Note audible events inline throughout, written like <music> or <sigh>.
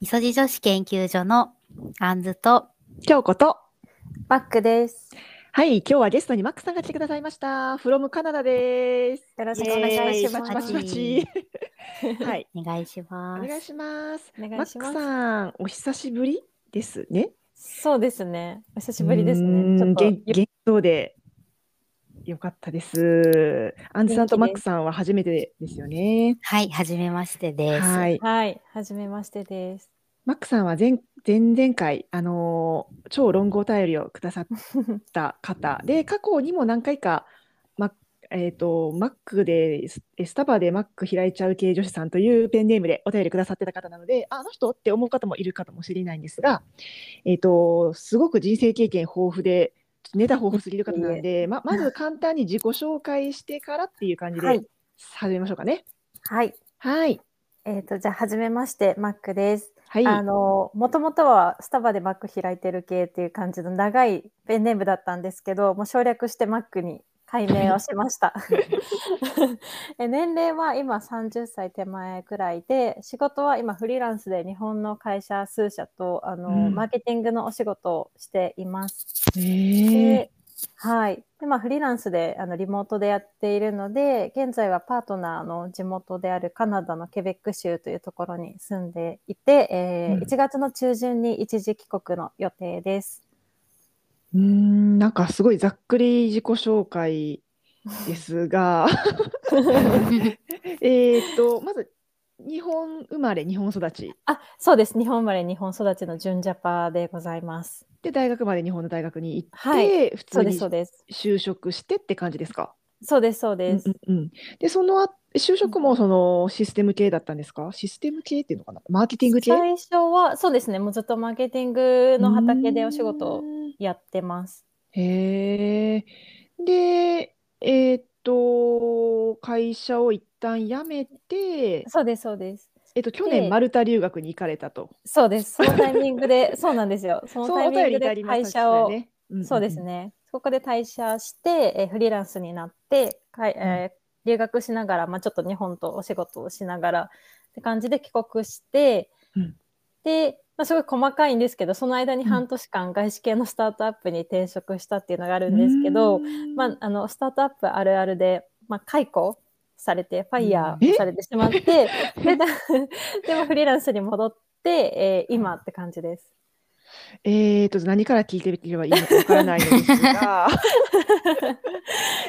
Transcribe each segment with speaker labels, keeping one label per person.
Speaker 1: 磯地女子研究所のアンズと、
Speaker 2: 京子と。
Speaker 3: バックです。
Speaker 2: はい、今日はゲストにマックさんが来てくださいました。from カナダです。
Speaker 3: よろしくお願い
Speaker 2: イ
Speaker 3: し
Speaker 2: ェーイ
Speaker 3: ます。
Speaker 2: パチパチパチはい、
Speaker 1: お願いしま
Speaker 2: お
Speaker 1: す。
Speaker 2: 願いします。
Speaker 3: お
Speaker 2: マ
Speaker 3: 願いし
Speaker 2: ック
Speaker 3: ます。
Speaker 2: さん、お久しぶりですね。
Speaker 3: そうですね。お久しぶりです
Speaker 2: うーん
Speaker 3: ね。ちょっと
Speaker 2: 元元気そうで。よかったです。アンズさんとマックさんは初めてですよね。
Speaker 1: はい、はじめましてです。
Speaker 2: はい。
Speaker 3: はい、はじめまして
Speaker 2: <laughs>
Speaker 3: です。
Speaker 2: マックさんは前前々回、あのー超ロングお便りをくださった方で、過去にも何回か、マえー、とマックで、ススタバでマック開いちゃう系女子さんというペンネームでお便りくださってた方なので、ああの人って思う方もいるかもしれないんですが、えー、とすごく人生経験豊富で、ちょっとネタ豊富すぎる方なので、ままず簡単に自己紹介してからっていう感じ
Speaker 3: は
Speaker 2: で
Speaker 3: い
Speaker 2: 始めましょうかね。
Speaker 3: はい。
Speaker 2: はい。
Speaker 3: えっ、とじゃあはじめましてマックです。
Speaker 2: はい。
Speaker 3: あのもともとはスタバでマック開いてる系っていう感じの長いペンネームだったんですけど、もう省略してマックに改名をしま
Speaker 2: <laughs>
Speaker 3: した。え年齢は今30歳手前くらいで、仕事は今フリーランスで日本の会社数社とあの、
Speaker 2: うん
Speaker 3: マーケティングのお仕事をしています。
Speaker 2: え
Speaker 3: で、はい。で、まあ、フリーランスで、あの、リモートでやっているので、現在はパートナーの地元であるカナダのケベック州というところに住んでいて、えー
Speaker 2: うん
Speaker 3: 1月の中旬に一時帰国の予定です。
Speaker 2: うーん、なんかすごいざっくり自己紹介ですが、えーっと、まず、日本生まれ、日本育ち。
Speaker 3: あ、そうです。日本生まれ、日本育ちの純ジャパでございます。
Speaker 2: で、大学まで日本の大学に行って、
Speaker 3: は
Speaker 2: 普通
Speaker 3: そうで
Speaker 2: に
Speaker 3: す、そうです。
Speaker 2: 就職してって感じですか。
Speaker 3: そうです、そう
Speaker 2: う
Speaker 3: で
Speaker 2: ん
Speaker 3: す。
Speaker 2: うんうん。で、その後、就職もそのシステム系だったんですかシステム系っていうのかなマーケティング系
Speaker 3: 最初は、そうですね。もうずっとマーケティングの畑でお仕事
Speaker 2: う
Speaker 3: を
Speaker 2: ーん
Speaker 3: やってます。
Speaker 2: へえ。で、えーっと、会社を一旦辞めて、
Speaker 3: そうです、そうです。
Speaker 2: えっと、去年、
Speaker 3: で
Speaker 2: マルタ留学に行かれたと。
Speaker 3: そ
Speaker 2: <laughs>
Speaker 3: うです。そのタイミングで、そうなんですよ。その
Speaker 2: そう
Speaker 3: タイ
Speaker 2: お
Speaker 3: ミン
Speaker 2: 便
Speaker 3: グ
Speaker 2: りいただ
Speaker 3: で
Speaker 2: きまし
Speaker 3: 会
Speaker 2: た
Speaker 3: 社を、
Speaker 2: ね。んんん
Speaker 3: そうです。ね。そこで退社して、えーフリーランスになって、かいえー留学しながら、まあ、ちょっと日本とお仕事をしながらって感じで帰国して、
Speaker 2: うん
Speaker 3: で、まあ、すごい細かいんですけど、その間に半年間外資系のスタートアップに転職したっていうのがあるんですけど、まあ、あのスタートアップあるあるで、まあ、解雇されて、ファイヤ
Speaker 2: え
Speaker 3: ーされてしまって、で <laughs> だでもフリーランスに戻って、えー今って感じです。
Speaker 2: えーと、何から聞いてればいいのかわからないのです
Speaker 3: <laughs>
Speaker 2: が、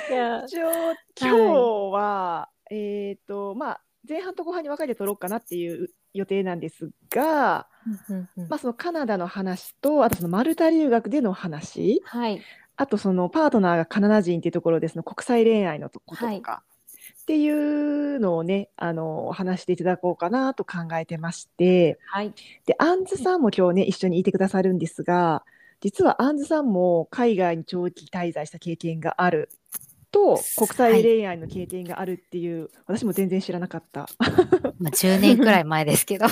Speaker 3: いや
Speaker 2: 一応、今日は、えーと、まあ、前半と後半に分かれて取ろうかなっていう予定なんですが、
Speaker 3: うんうんうん
Speaker 2: まあ、そのカナダの話と、あとそのマルタ留学での話、
Speaker 3: はい、
Speaker 2: あとそのパートナーがカナダ人っていうところで、その国際恋愛のとこと
Speaker 3: はい
Speaker 2: か、っていうのをね、あの、お話していただこうかなと考えてまして、
Speaker 3: はい、
Speaker 2: で、アンズさんも今日ね、一緒にいてくださるんですが、実はアンズさんも海外に長期滞在した経験があると、国際恋愛の経験があるっていう、私も全然知らなかった。
Speaker 1: <laughs>
Speaker 2: <laughs>
Speaker 1: まあ、10年くらい前ですけど。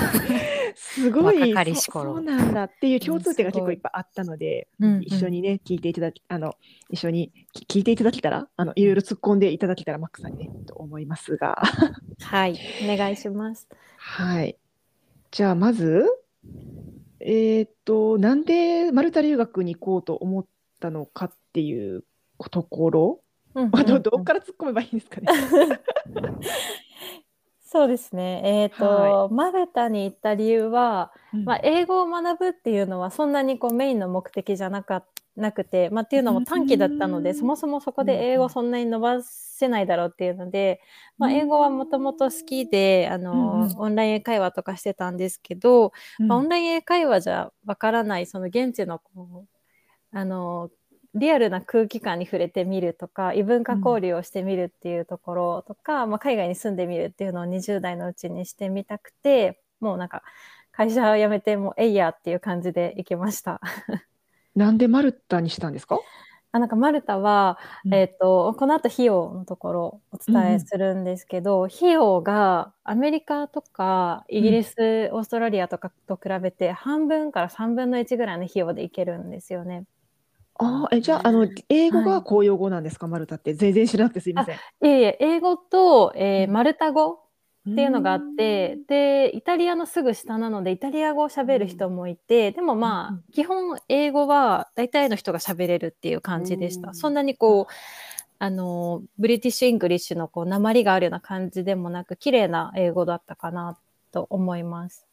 Speaker 2: すごい、
Speaker 1: 若かり
Speaker 2: そ
Speaker 1: し頃
Speaker 2: そうなんだっていう共通点が結
Speaker 3: うんすご
Speaker 2: 構
Speaker 3: い
Speaker 2: いっぱいあったので、
Speaker 3: うんうん
Speaker 2: 一緒にね、聞いていただき、あの、一緒に聞聞いていただけたら、あの、いろいろ突っ込んでいただけたら、マックさんにね、と思いますが。
Speaker 3: はい、お願いします。
Speaker 2: はい。じゃあ、まず、えーっと、なんでマルタ留学に行こうと思ったのかっていうところ、
Speaker 3: うん
Speaker 2: まあど、ど
Speaker 3: うん
Speaker 2: っ
Speaker 3: うん
Speaker 2: から突っ込めばいいんですかね。
Speaker 3: そうですね。えっ、と、マルタに行った理由は、まあ、英語を学ぶっていうのはそんなにこうメインの目的じゃなかなくて、まあ、っていうのも短期だったの
Speaker 2: う
Speaker 3: で、
Speaker 2: ん
Speaker 3: そもそもそこで英語そんなに伸ばせないだろうっていうので、まあ、英語はもともと好きで、あの、
Speaker 2: うんうん
Speaker 3: オンライン英会話とかしてたんですけど、
Speaker 2: うん
Speaker 3: まあ、オンライン英会話じゃわからないその現地のこうあのリアルな空気感に触れてみるとか異文化交流をしてみるっていうところとか、まあ、海外に住んでみるっていうのを20代のうちにしてみたくてもうなんか会社を辞めてもうえいやっていう感じで行きました。
Speaker 2: なんでマルタにしたんですか
Speaker 3: あなんかマルタは、
Speaker 2: うん
Speaker 3: えっとこの後費用のところお伝えするんですけど、費用がアメリカとかイギリス、オーストラリアとかと比べて半分から3分の1ぐらいの費用でいけるんですよね。
Speaker 2: ああ、え、じゃあ、あの、英語
Speaker 3: は
Speaker 2: が
Speaker 3: い
Speaker 2: 公用語なんですか、マルタって。全然知らなくてすいません。
Speaker 3: いえいえ英語と、えー
Speaker 2: うん
Speaker 3: マルタ語
Speaker 2: っ
Speaker 3: っていうのがあって、でイタリアのすぐ下なのでイタリア語を喋る人もいて、でもまあ、
Speaker 2: うんうん
Speaker 3: 基本英語は大体の人が喋れるっていう感じでした、
Speaker 2: うん
Speaker 3: そんなにこうあのブリティッシュ・イングリッシュのこう鉛があるような感じでもなく綺麗な英語だったかなと思います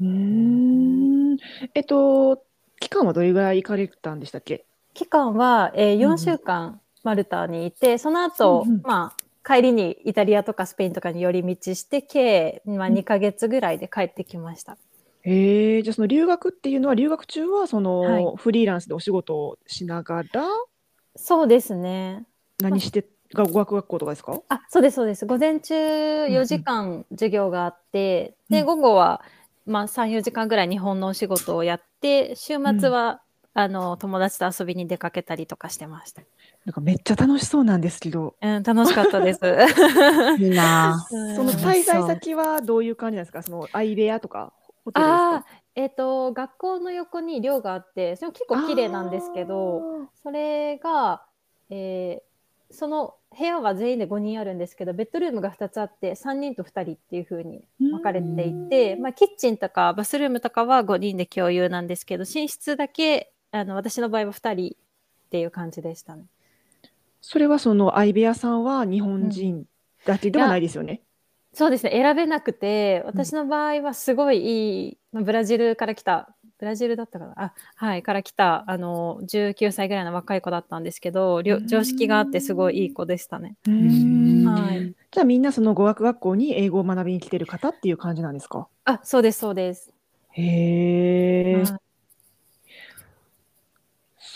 Speaker 2: うーんえっと、期間はどれぐらい行かれたんでしたっけ
Speaker 3: 期間は、えー
Speaker 2: うんう
Speaker 3: 4
Speaker 2: ん
Speaker 3: 週間マルタにいて、その後、
Speaker 2: うんうん
Speaker 3: まあ帰りにイタリアとかスペインとかに寄り道して計、まあ、2ヶ月ぐらいで帰ってきました。
Speaker 2: えー、じゃあその留学っていうのは、留学中はそ
Speaker 3: はい
Speaker 2: のフリーランスでお仕事をしながら、
Speaker 3: そうですね
Speaker 2: 何して、が語学学校とかですか
Speaker 3: あ、そうです、そうです。午前中
Speaker 2: んうん
Speaker 3: 4時間授業があって、
Speaker 2: う
Speaker 3: で、
Speaker 2: ん
Speaker 3: 午後は、まあ、3、4時間ぐらい日本のお仕事をやって、週末は、あの、友達と遊びに出かけたりとかしてました。
Speaker 2: なんかめっちゃ楽しそうなんですけど、
Speaker 3: うん、楽しかった
Speaker 2: <laughs>
Speaker 3: です。
Speaker 1: いいなぁ。
Speaker 3: うん
Speaker 2: その
Speaker 1: うん
Speaker 2: 滞在先はどういう感じなんですかその相部屋とかホテルです
Speaker 3: あ
Speaker 2: か
Speaker 3: あ、えっ、と、学校の横に寮があって、それも結構綺麗なんですけど、それが、えーその部屋は全員で5人あるんですけど、ベッドルームが2つあって、3人と2人っていう風に
Speaker 2: あー、
Speaker 3: 分かれていて、まあ、キッチンとかバスルームとかは5人で共有なんですけど寝室だけあの私の場合は2人っていう感じでしたね。
Speaker 2: それはその相部屋さんは日本人だけではないですよね。
Speaker 3: そうですね選べなくて私の場合はすごいいい、まあブラジルから来たブラジルだったかなあはいから来たあの19歳ぐらいの若い子だったんですけどりょ
Speaker 2: うん
Speaker 3: 常識があってすごいいい子でしたね。
Speaker 2: うー
Speaker 1: うん
Speaker 2: ん
Speaker 3: はい、
Speaker 2: じゃあみんなその語学学校に英語を学びに来てる方っていう感じなんですか
Speaker 3: あそうですそうです。
Speaker 2: へえ、
Speaker 3: はい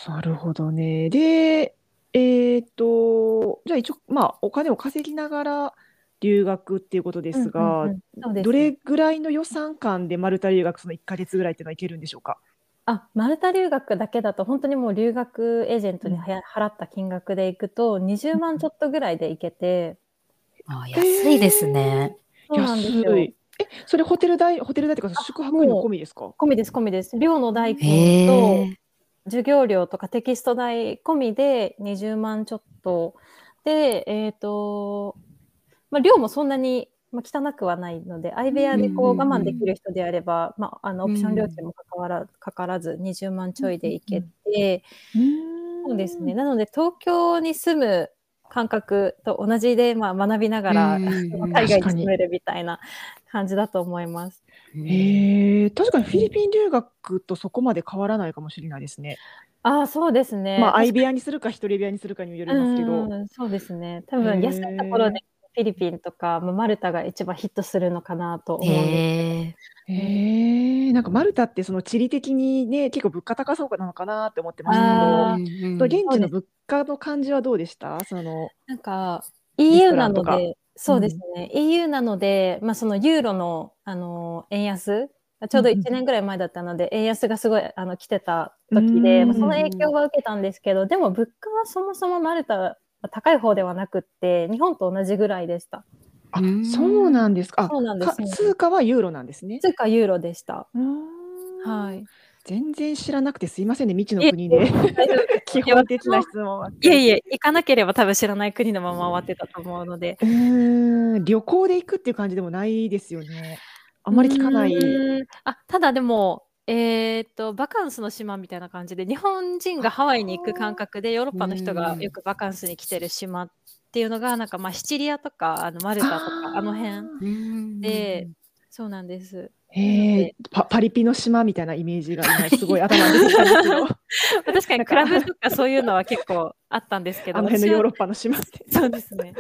Speaker 2: なるほどね。で、えっと、じゃあ一応、まあ、お金を稼ぎながら留学っていうことですが
Speaker 3: うんうん、うんそうです
Speaker 2: どれぐらいの予算感でマルタ留学、その1ヶ月ぐらいっていうのはいけるんでしょうか
Speaker 3: あ、マルタ留学だけだと、本当にもう留学エージェントにはや払った金額で行くと、20万ちょっとぐらいで行けて、
Speaker 1: あ安いですね。
Speaker 3: そうなんですよ
Speaker 2: 安。い。え、それホテル代、ホテル代っていうか、宿泊料込みですか
Speaker 3: 込みです、込みです。寮の代
Speaker 1: へ
Speaker 3: 金と、
Speaker 1: え。
Speaker 3: 授業料とかテキスト代込みで20万ちょっと。で、えっ、と、まあ、寮もそんなに、まあ、汚くはないので、相部屋でこ
Speaker 1: うん
Speaker 3: う我慢できる人であれば、まあ、あのオプション料金もかかわらかからず20万ちょいで行けて、そうですね。。なので、東京に住む感覚と同じで、まあ、学びながら、
Speaker 1: うん
Speaker 3: 海外
Speaker 2: 確
Speaker 3: に
Speaker 2: かに
Speaker 3: 住めるみたいな感じだと思います。
Speaker 2: へえ、確かにフィリピン留学とそこまで変わらないかもしれないですね。
Speaker 3: ああ、そうですね。
Speaker 2: まあ、相部屋にするか、一人部屋にするかにもよりますけど。
Speaker 3: うんそうですね。多分、安いところでフィリピンとか、まあ、マルタが一番ヒットするのかなと思うんです
Speaker 1: へえ。
Speaker 2: へえ、なんかマルタってその地理的にね、結構物価高そうなのかなって思ってまし
Speaker 3: あ
Speaker 2: た
Speaker 3: ー
Speaker 2: けど、
Speaker 1: う
Speaker 2: 現
Speaker 1: ん
Speaker 2: 地の物価の感じはどうでしたその、
Speaker 3: なんか
Speaker 2: ス
Speaker 3: EU
Speaker 2: トラ
Speaker 3: な
Speaker 2: ンと
Speaker 3: の
Speaker 2: か
Speaker 3: で、そうですね、EU なので、まあ、そのユーロの、あの円安、ちょうど
Speaker 2: うんうん
Speaker 3: 1年ぐらい前だったので、円安がすごいあの来てた時で、
Speaker 2: うん
Speaker 3: まあその影響は受けたんですけど、でも物価はそもそもマルタは高い方ではなくって、日本と同じぐらいでした。
Speaker 2: あ
Speaker 1: う、ん
Speaker 2: そうなんですか。あ、
Speaker 3: そうなんです
Speaker 2: か
Speaker 3: そうなんです
Speaker 2: 通貨はユーロなんですね。
Speaker 3: 通貨ユーロでした。
Speaker 2: うーん
Speaker 3: はい。
Speaker 2: 全然知らなくてすいませんね、未知の国で。 <laughs> 基
Speaker 3: いや
Speaker 2: 本的な質問は。
Speaker 3: いえいえ、行かなければ多分知らない国のまま終わってたと思うので。。
Speaker 2: うーん、旅行で行くっていう感じでもないですよね。あんまり聞かないう
Speaker 3: ーんあただでも、えーっとバカンスの島みたいな感じで日本人がハワイに行く感覚でヨーロッパの人がよくバカンスに来てる島っていうのがなんかまあシチリアとかあのマルタとかあの辺
Speaker 1: うん
Speaker 3: でそうなん
Speaker 2: <laughs>
Speaker 3: です
Speaker 2: へえ、パパリピの島みたいなイメージが今すごい頭に出てきたんですけど、
Speaker 3: まあ確かにクラブとかそういうのは結構あったんですけど
Speaker 2: あの辺のヨー
Speaker 3: ロ
Speaker 2: ロッパの島って。
Speaker 3: <laughs> そうですね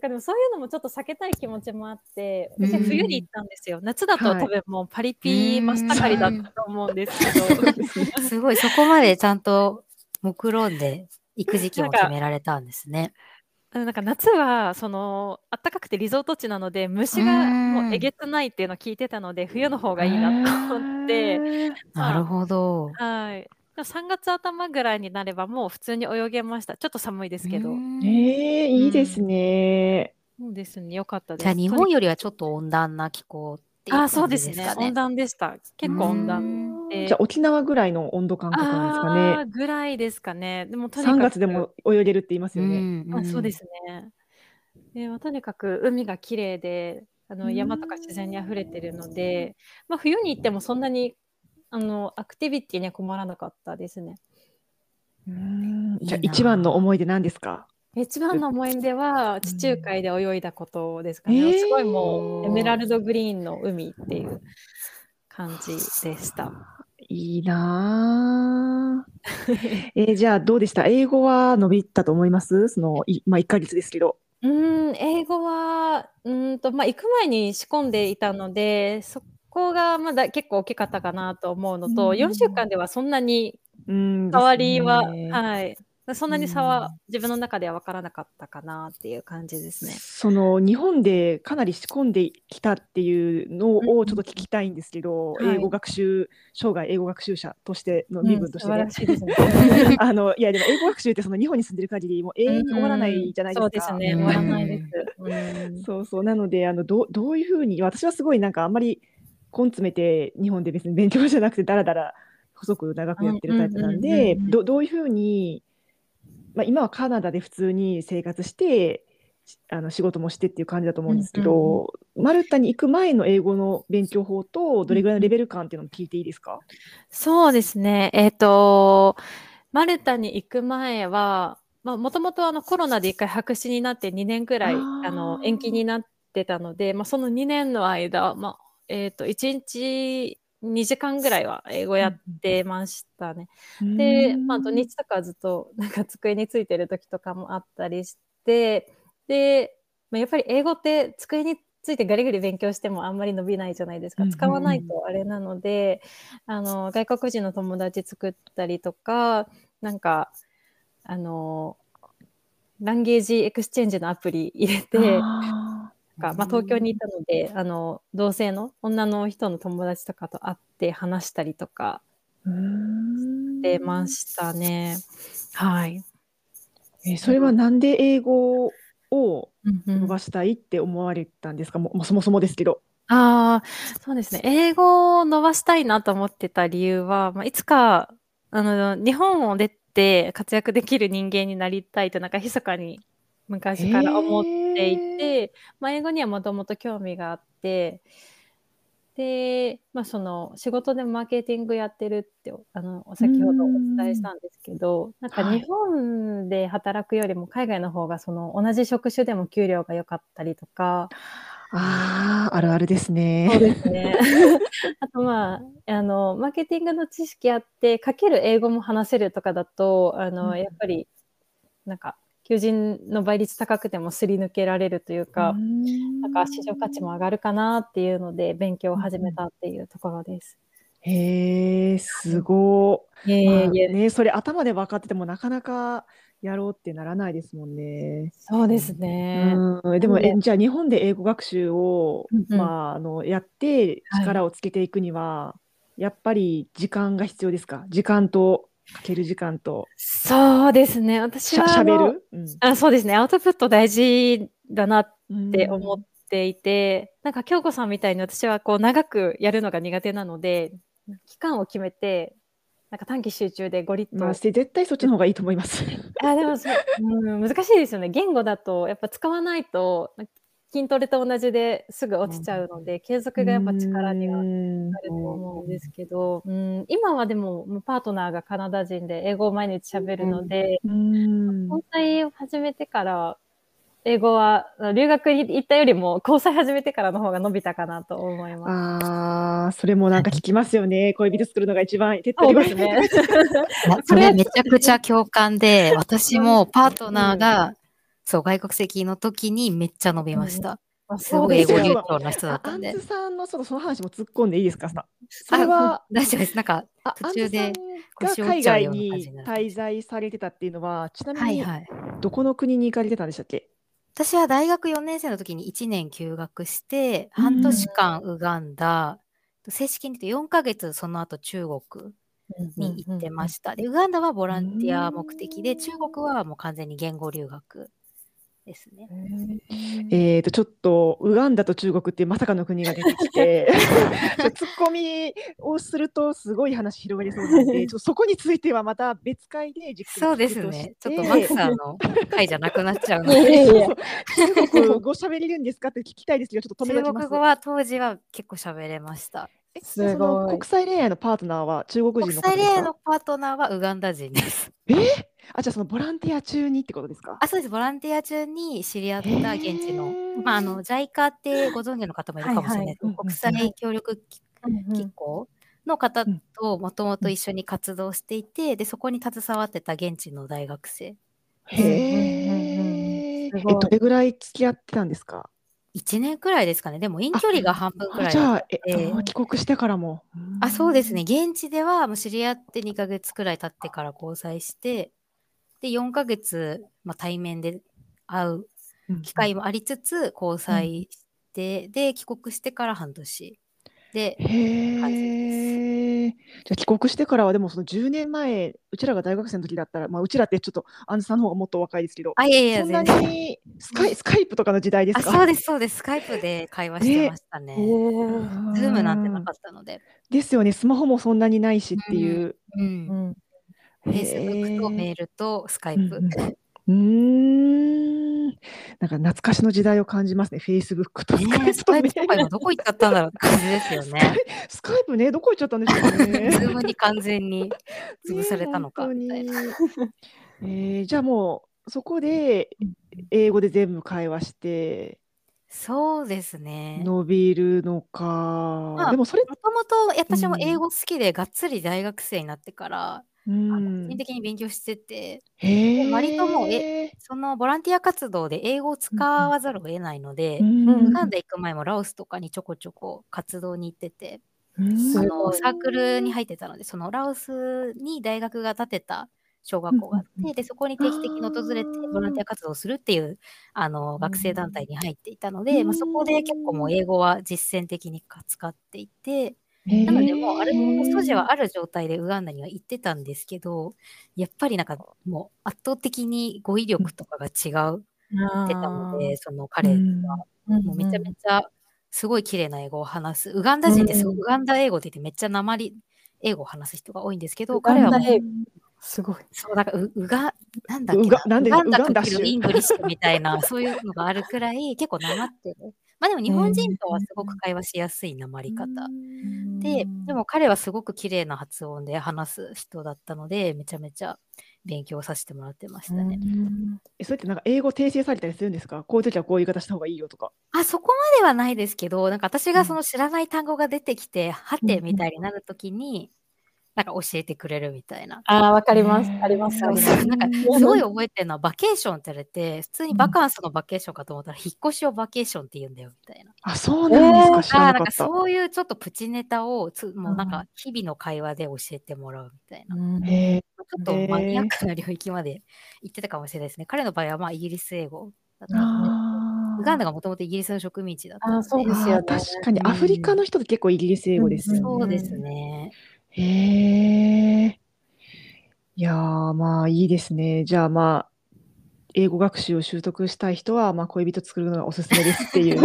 Speaker 3: なんかでもそういうのもちょっと避けたい気持ちもあって私は冬に行ったんですよ夏だと
Speaker 2: はい
Speaker 3: 多分もうパリピ真っ盛りだったと思うんですけど。
Speaker 1: すごい、そこまでちゃんと目論んで行く時期も決められたんですね。
Speaker 3: あのなんか夏はその暖かくてリゾート地なので虫
Speaker 1: う
Speaker 3: が
Speaker 1: ーん
Speaker 3: もうえげつないっていうのを聞いてたので冬の方がいいなと思って、
Speaker 2: へー
Speaker 1: なるほど。
Speaker 3: はい、でも3月頭ぐらいになればもう普通に泳げましたちょっと寒いですけど
Speaker 1: うん
Speaker 2: ええ、いいですね。
Speaker 3: そうですね良かったです
Speaker 1: じゃあ日
Speaker 3: と
Speaker 1: 本
Speaker 3: に
Speaker 1: よりはちょっと温暖な気候っていう
Speaker 3: あそう
Speaker 1: 感
Speaker 3: で
Speaker 1: じ
Speaker 3: す
Speaker 1: です
Speaker 3: ね
Speaker 1: かね。
Speaker 3: 温暖でした結構温暖で
Speaker 2: じゃあ沖縄ぐらいの温度感覚なんですか
Speaker 3: あー
Speaker 2: ね。
Speaker 3: ぐらいですかねでもとにか
Speaker 2: 3
Speaker 3: く
Speaker 2: 月でも泳げるって言いますよね。
Speaker 1: ん
Speaker 3: あそうですね。でまあとにかく海が綺麗で、あ
Speaker 2: う
Speaker 3: の
Speaker 2: ん
Speaker 3: 山とか自然にあふれてるので、まあ、冬に行ってもそんなにあのアクティビティには困らなかったですね。
Speaker 1: いい
Speaker 2: じゃあ
Speaker 1: な
Speaker 2: 一番の思い出何ですか
Speaker 3: 一番の思い出は地中海で泳いだことですかね、
Speaker 2: えー
Speaker 3: すごいもうエメラルドグリーンの海っていう感じでした。
Speaker 2: いいなあえーじゃあどうでした英語は伸びたと思いますその、いまあ、1ヶ月ですけど。
Speaker 3: うん英語はうんと、まあ、行く前に仕込んでいたのでそこがまだ結構大きかったかなと思うのと、
Speaker 2: うん
Speaker 3: 4週間ではそんなに
Speaker 2: うん、
Speaker 3: 変わりは、
Speaker 2: ですね
Speaker 3: はい、そんなに差
Speaker 2: う
Speaker 3: は
Speaker 2: ん
Speaker 3: 自分の中では分からなかったかなっていう感じですね。
Speaker 2: その日本でかなり仕込んできたっていうのをちょっと聞きたいんですけど、
Speaker 3: うんはい
Speaker 2: 英語学習生涯英語学習者としての身分としてね、
Speaker 3: うん素晴らしいです <laughs> ね。
Speaker 2: あのいやでも英語学習ってその日本に住んでる限りもう永遠に終わらないじゃないですか。
Speaker 3: そうですね、終わらないです。うん
Speaker 2: そうそうなのであのどうどういうふうに私はすごいなんかあんまり根詰めて日本で別に勉強じゃなくてだらだら細く長くやってるタイプなん
Speaker 3: うんうんうん
Speaker 2: で
Speaker 3: うんうん
Speaker 2: どどういうふうに、まあ、今はカナダで普通に生活してしあの仕事もしてっていう感じだと思うんですけど、マルタに行く前の英語の勉強法とどれぐらいのレベル感っていうのも聞いていいですか、
Speaker 3: そうですね。えっと、マルタに行く前は、まあ、もともとあのコロナで一回白紙になって2年くらい
Speaker 2: あ
Speaker 3: あ
Speaker 2: ー
Speaker 3: の延期になってたので、まあ、その2年の間、まあ、えっと、1日2時間ぐらいは英語やってましたね。で、まあ、土日とかずっとなんか机についてる時とかもあったりしてで、まあ、やっぱり英語って机についてガリガリ勉強してもあんまり伸びないじゃないです
Speaker 2: う
Speaker 3: か
Speaker 2: んうんうん
Speaker 3: 使わないとあれなので、あの外国人の友達作ったりとかなんかあのランゲージエクスチェンジのアプリ入れて。
Speaker 2: あ
Speaker 3: か、まあ、
Speaker 2: うん
Speaker 3: 東京にいたのであの同性の女の人の友達とかと会って話したりとか
Speaker 2: ーうーん
Speaker 3: 出ましたね。はい。
Speaker 2: えそれはなんで英語を
Speaker 3: うんうん
Speaker 2: 伸ばしたいって思われたんですか、もうもうそもそもですけど。
Speaker 3: ああ、そうですね。英語を伸ばしたいなと思ってた理由は、まあ、いつか、あの、日本を出て活躍できる人間になりたいと、なんか密かに昔から思っていて、まあ、英語にはもともと興味があって、で、まあ、その、仕事でもマーケティングやってるって、あの、先ほどお伝えしたんですけど、なんか
Speaker 2: はい
Speaker 3: 日本で働くよりも海外の方が、その、同じ職種でも給料が良かったりとか、
Speaker 2: ああ、あるあるです
Speaker 3: そう
Speaker 2: ね。
Speaker 3: ですね。 <laughs> あとまあ、あの、マーケティングの知識あって、かける英語も話せるとかだと、あの、
Speaker 2: うん
Speaker 3: やっぱり、なんか、求人の倍率高くてもすり抜けられるというか、なんか市場価値も上がるかなっていうので、勉強を始めたっていうところです。
Speaker 2: へえ、すご
Speaker 3: いえ
Speaker 2: い。
Speaker 3: いえ
Speaker 2: まあ
Speaker 3: いえ
Speaker 2: ね、それ頭で分かっててもなかなかやろうってならないですもんね。
Speaker 3: そうですね。
Speaker 2: うん、でも、
Speaker 3: な
Speaker 2: え
Speaker 3: ん
Speaker 2: じゃあ日本で英語学習を、
Speaker 3: うんうん
Speaker 2: まあ、あのやって
Speaker 3: はい
Speaker 2: 力をつけていくには、やっぱり時間が必要ですか時間とかける時間と
Speaker 3: そうですね。私
Speaker 2: しゃ
Speaker 3: は
Speaker 2: し
Speaker 3: あ
Speaker 2: ゃ
Speaker 3: の
Speaker 2: べる、うん
Speaker 3: あ、そうですね。アウトプット大事だなっ
Speaker 2: っ
Speaker 3: って思っていて、なんか京子さんみたいに私はこう長くやるのが苦手なので期間を決めてなんか短期集中でゴリッと、
Speaker 2: まあ、せ絶対そっちの方がいいと思います。
Speaker 3: あでもそう、うん、難しいですよね言語だとやっぱ使わないと筋トレと同じですぐ落ちちゃうので、継続がやっぱ力には
Speaker 2: うん
Speaker 3: あると思うんですけど、うん、今はでももうパートナーがカナダ人で英語を毎日喋るので、
Speaker 2: うん
Speaker 3: 交際を始めてから、英語は、留学に行ったよりも、交際始めてからの方が伸びたかなと思います。
Speaker 2: ああ、それもなんか聞きますよね。恋人作るのが一番手っ
Speaker 3: そ
Speaker 2: 取
Speaker 3: う
Speaker 2: り
Speaker 3: です
Speaker 2: 早い。
Speaker 3: ね。
Speaker 1: いやそれめちゃくちゃ共感で、私もパートナーが、そう、外国籍の時にめっちゃ伸びました。す
Speaker 3: そう
Speaker 1: ごい
Speaker 3: で
Speaker 1: 英
Speaker 3: す
Speaker 1: 語
Speaker 3: よ
Speaker 1: 流
Speaker 2: に
Speaker 1: 暢な人だ
Speaker 2: あ
Speaker 1: った
Speaker 2: ア
Speaker 1: ん
Speaker 2: ン
Speaker 1: で
Speaker 2: ズ。さんのそのその話も突っ込んでいいですかさそ
Speaker 1: あ
Speaker 2: れは、
Speaker 1: 大丈夫です。なんか、
Speaker 2: あ
Speaker 1: 途中で
Speaker 2: アンズさんが海外に滞在されてたっていうのは、ちなみ
Speaker 1: はい
Speaker 2: に
Speaker 1: はい。
Speaker 2: どこの国に行かれてたんでしたっけ
Speaker 1: 私は大学4年生の時に1年休学して、半年間ウガンダ、正式に言うと4ヶ月その後中国に行ってま
Speaker 3: し
Speaker 1: した。で、ウガンダはボランティア目的で、中国はもう完全に言語留学ですね。
Speaker 2: えーと、ちょっとウガンダと中国ってまさかの国が出て
Speaker 1: <laughs>
Speaker 2: きて、ちょっとツッコミをするとすごい話広がりそうなんで、ちょっとそこについてはまた別会でじっくり
Speaker 1: そうです
Speaker 2: 聞くと
Speaker 1: ね。ち
Speaker 2: し
Speaker 1: ょってとマクさんの回じゃなくなっちゃうの
Speaker 3: いや
Speaker 1: で。
Speaker 3: いやいや
Speaker 2: 中国語喋れるんですかって聞きたいですけど、ちょっと止め
Speaker 1: <laughs> 中
Speaker 2: ときま
Speaker 1: 国
Speaker 2: す。
Speaker 1: 語は当時は結構喋れました。
Speaker 2: え
Speaker 3: すごい
Speaker 2: その国際恋愛のパートナーは中国
Speaker 1: 国
Speaker 2: 人の方
Speaker 1: 際
Speaker 2: で
Speaker 1: 恋
Speaker 2: す
Speaker 1: 愛
Speaker 2: か
Speaker 1: のパートナーはウガンダ人です。
Speaker 2: あ、じゃあそのボランティア中にってことですか
Speaker 1: <laughs> あ、そうです。ボランティア中に知り合った現地の、まあ、あの、JICA ってご存知の方もいるかもしれないですけど、
Speaker 2: はいはい
Speaker 1: 国際協力機機構の方
Speaker 2: うん
Speaker 1: ともともと一緒に活動していて、で、そこに携わってた現地の大学生。
Speaker 2: へえ。え、
Speaker 3: すごい
Speaker 2: どれぐらい付き合ってたんですか
Speaker 1: 1年くらいですかね。でも遠距離が半分くら
Speaker 2: あ
Speaker 1: い
Speaker 2: じ
Speaker 1: だ
Speaker 2: ゃ
Speaker 1: っ
Speaker 2: あ、え
Speaker 1: えー
Speaker 2: あ帰国してからも。
Speaker 1: あそうですね。現地ではもう知り合って2ヶ月くらい経ってから交際して、で、4ヶ月、まあ、対面で会う
Speaker 2: うん。
Speaker 1: 機会もありつつ、交際して、で、帰国してから半年。で、感じ
Speaker 2: へえ。じゃあ帰国してからはでもその10年前、うちらが大学生の時だったら、まあうちらってちょっとアンズさんの方がもっと若いですけど、
Speaker 1: あ、いやいや、
Speaker 2: そんな
Speaker 1: 全然。
Speaker 2: にスカイスカイプとかの時代です
Speaker 1: あ、
Speaker 2: か
Speaker 1: そうです、そうです。スカイプで会話してましたね。ズームなんてなか
Speaker 2: っ
Speaker 1: ったので。
Speaker 2: た。ですよね。スマホもそんなにないしっていう。
Speaker 1: うん。
Speaker 2: へ
Speaker 1: Facebook と
Speaker 2: ー
Speaker 1: メールとスカイ
Speaker 2: うん
Speaker 1: プ。
Speaker 2: うん、うーんなんか懐かしの時代を感じますね。Facebook とスカ
Speaker 1: ね
Speaker 2: イ
Speaker 1: え、
Speaker 2: プ
Speaker 1: ス
Speaker 2: と
Speaker 1: カ
Speaker 2: ね
Speaker 1: イプとか今どこ行っちゃったんだろうって感じですよね。
Speaker 2: スカイプね、どこ行っちゃったんでしょうね。
Speaker 1: ズームに完全に潰されたのかみたいな。
Speaker 2: な。えーじゃあもうそこで
Speaker 3: うん
Speaker 2: 英語で全部会話して
Speaker 1: そうですね。も
Speaker 2: 伸びるのか。
Speaker 1: まあ
Speaker 2: でもそれ、
Speaker 1: ともと私も
Speaker 2: うん
Speaker 1: 英語好きでがっつり大学生になってから、あ
Speaker 2: う
Speaker 1: の
Speaker 2: ん
Speaker 1: 個人、的に勉強してて、
Speaker 2: へー
Speaker 1: 割ともうそのボランティア活動で英語を使わざるを得ないので
Speaker 2: う、ん
Speaker 3: うん
Speaker 1: ウガンダ行く前もラオスとかにちょこちょこ活動に行ってて、
Speaker 2: うん
Speaker 1: あ
Speaker 3: す
Speaker 1: の
Speaker 3: ごい
Speaker 1: サークルに入ってたのでそのラオスに大学が建てた小学校があって、
Speaker 2: うんうん
Speaker 1: でそこに定期的に訪れて
Speaker 2: あー
Speaker 1: ボランティア活動をするっていうあの学生団体に入っていたので、まあ、そこ
Speaker 2: う
Speaker 1: で
Speaker 2: ん
Speaker 1: 結構もう英語は実践的に使っていて
Speaker 2: へー
Speaker 1: なのでもうある程度素地はある状態でウガンダには行ってたんですけどやっぱりなんかもう圧倒的に語彙力とかが違うってたのでその彼はもうめちゃめちゃすごい綺麗な英語を話す。ウガンダ人ってすごい
Speaker 3: うん
Speaker 1: ウガンダ英語って言ってめっちゃ鉛英語を話す人が多いんですけど、
Speaker 3: ウガン
Speaker 1: 彼
Speaker 3: ダ
Speaker 1: はもう
Speaker 3: 英語すごい。
Speaker 1: そうだからウウガなんだっけ
Speaker 2: ウガなんで
Speaker 1: ウガンダ
Speaker 2: ウガンダ
Speaker 1: かける
Speaker 2: 州
Speaker 1: イングリッシュみたいなそういうのがあるくらい結構なまってる。まあでも日本人とはすごく会話しやすいなまり方。で、でも彼はすごく綺麗な発音で話す人だったので、めちゃめちゃ勉強させてもらってましたね。
Speaker 2: えそれってなんか英語訂正されたりするんですかこういう時はこういう言い方した方がいいよとか。
Speaker 1: あ、そこまではないですけど、なんか私
Speaker 2: う
Speaker 1: が
Speaker 2: ん
Speaker 1: その知らない単語が出てきて、は
Speaker 2: うんう
Speaker 1: て
Speaker 2: ん
Speaker 1: みたいになるときに、なんか教えてくれるみたいな。
Speaker 3: ああ、わかります。あります。
Speaker 1: そうそうなんかすごい覚えてるのはバケーションって言われて、普通にバカンスのバケーションかと思ったら、引っ越しをバケーションって言うんだよみたいな。
Speaker 2: あ、そうなんですか、
Speaker 1: あ
Speaker 2: 知ら
Speaker 1: あ、
Speaker 2: な
Speaker 1: なん
Speaker 2: か
Speaker 1: か
Speaker 2: った。
Speaker 1: そういうちょっとプチネタをつ、もうなん
Speaker 3: う
Speaker 1: か日々の会話で教えてもらうみたいな。
Speaker 2: へー
Speaker 1: ちょっとマニアックな領域まで行ってたかもしれないですね。彼の場合はまあイギリス英語だったので、ウガンダがもともとイギリスの植民地だったの
Speaker 3: あそうで
Speaker 2: あ
Speaker 3: す
Speaker 2: ー
Speaker 3: よね
Speaker 2: 確かにアフリカの人って結構イギリス英語ですよね。
Speaker 1: そうです
Speaker 3: うん
Speaker 1: ね。
Speaker 2: へえ。いやー、まあいいですね。じゃあまあ、英語学習を習得したい人は、まあ恋人作るのがおすすめですって <laughs> いう。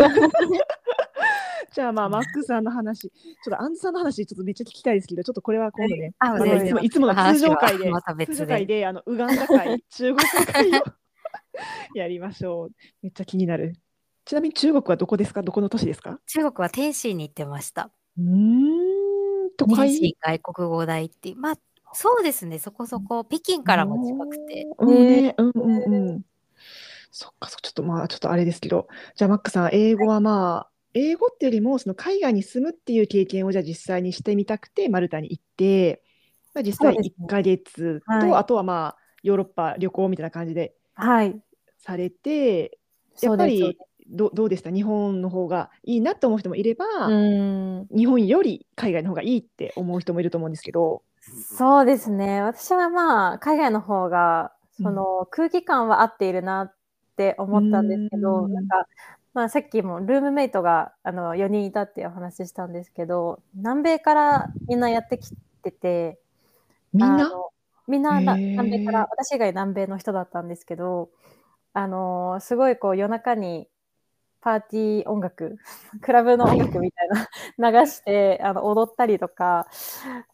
Speaker 2: じゃあまあ、マックさんの話、ちょっとアンズさんの話、ちょっとめっちゃ聞きたいですけど、ちょっとこれは今度ね、
Speaker 1: あ
Speaker 2: あのいつもいつもの通常会で、
Speaker 1: また
Speaker 2: 通
Speaker 1: 別
Speaker 2: 常会
Speaker 1: で。
Speaker 2: で、あの、ウガンダ会、 <laughs> 中国会をやりましょう。めっちゃ気になる。ちなみに中国はどこですかどこの都市ですか
Speaker 1: 中国は天津に行ってました。
Speaker 2: うーん、都
Speaker 1: 天
Speaker 2: 会
Speaker 1: 津外国語大っていう、まあ、そうですね、そこそこ、北京からも近くて。
Speaker 2: おー。うんね、うんうんうん。そっか、そっかちょっとまあ、ちょっとあれですけど、じゃあ、マックさん、英語はまあ、英語っていうよりも、その海外に住むっていう経験をじゃあ実際にしてみたくて、マルタに行って、まあ、実際
Speaker 3: そうです
Speaker 2: 1ヶ月と、
Speaker 3: はい
Speaker 2: あとはまあ、ヨーロッパ旅行みたいな感じで
Speaker 3: はい。
Speaker 2: されて、や
Speaker 3: そ
Speaker 2: っ
Speaker 3: う
Speaker 2: ぱ
Speaker 3: です。
Speaker 2: りど、どうでした日本の方がいいなと思う人もいれば、
Speaker 3: うん。
Speaker 2: 日本より海外の方がいいって思う人もいると思うんですけど、
Speaker 3: そうですね。私はまあ、海外の方が、その空気感は合っているなって思ったんですけ
Speaker 2: う
Speaker 3: ど、
Speaker 2: ん
Speaker 3: なんか、まあさっきもルームメイトがあの4人いたっていうお話ししたんですけど、南米からみんなやってきてて、
Speaker 2: みん
Speaker 3: あ
Speaker 2: な
Speaker 3: のみんなな
Speaker 2: へー
Speaker 3: 南米から、私以外南米の人だったんですけど、あのーすごいこう夜中にパーティー音楽、 <laughs> クラブの音楽みたいな流して、あの、踊ったりとか、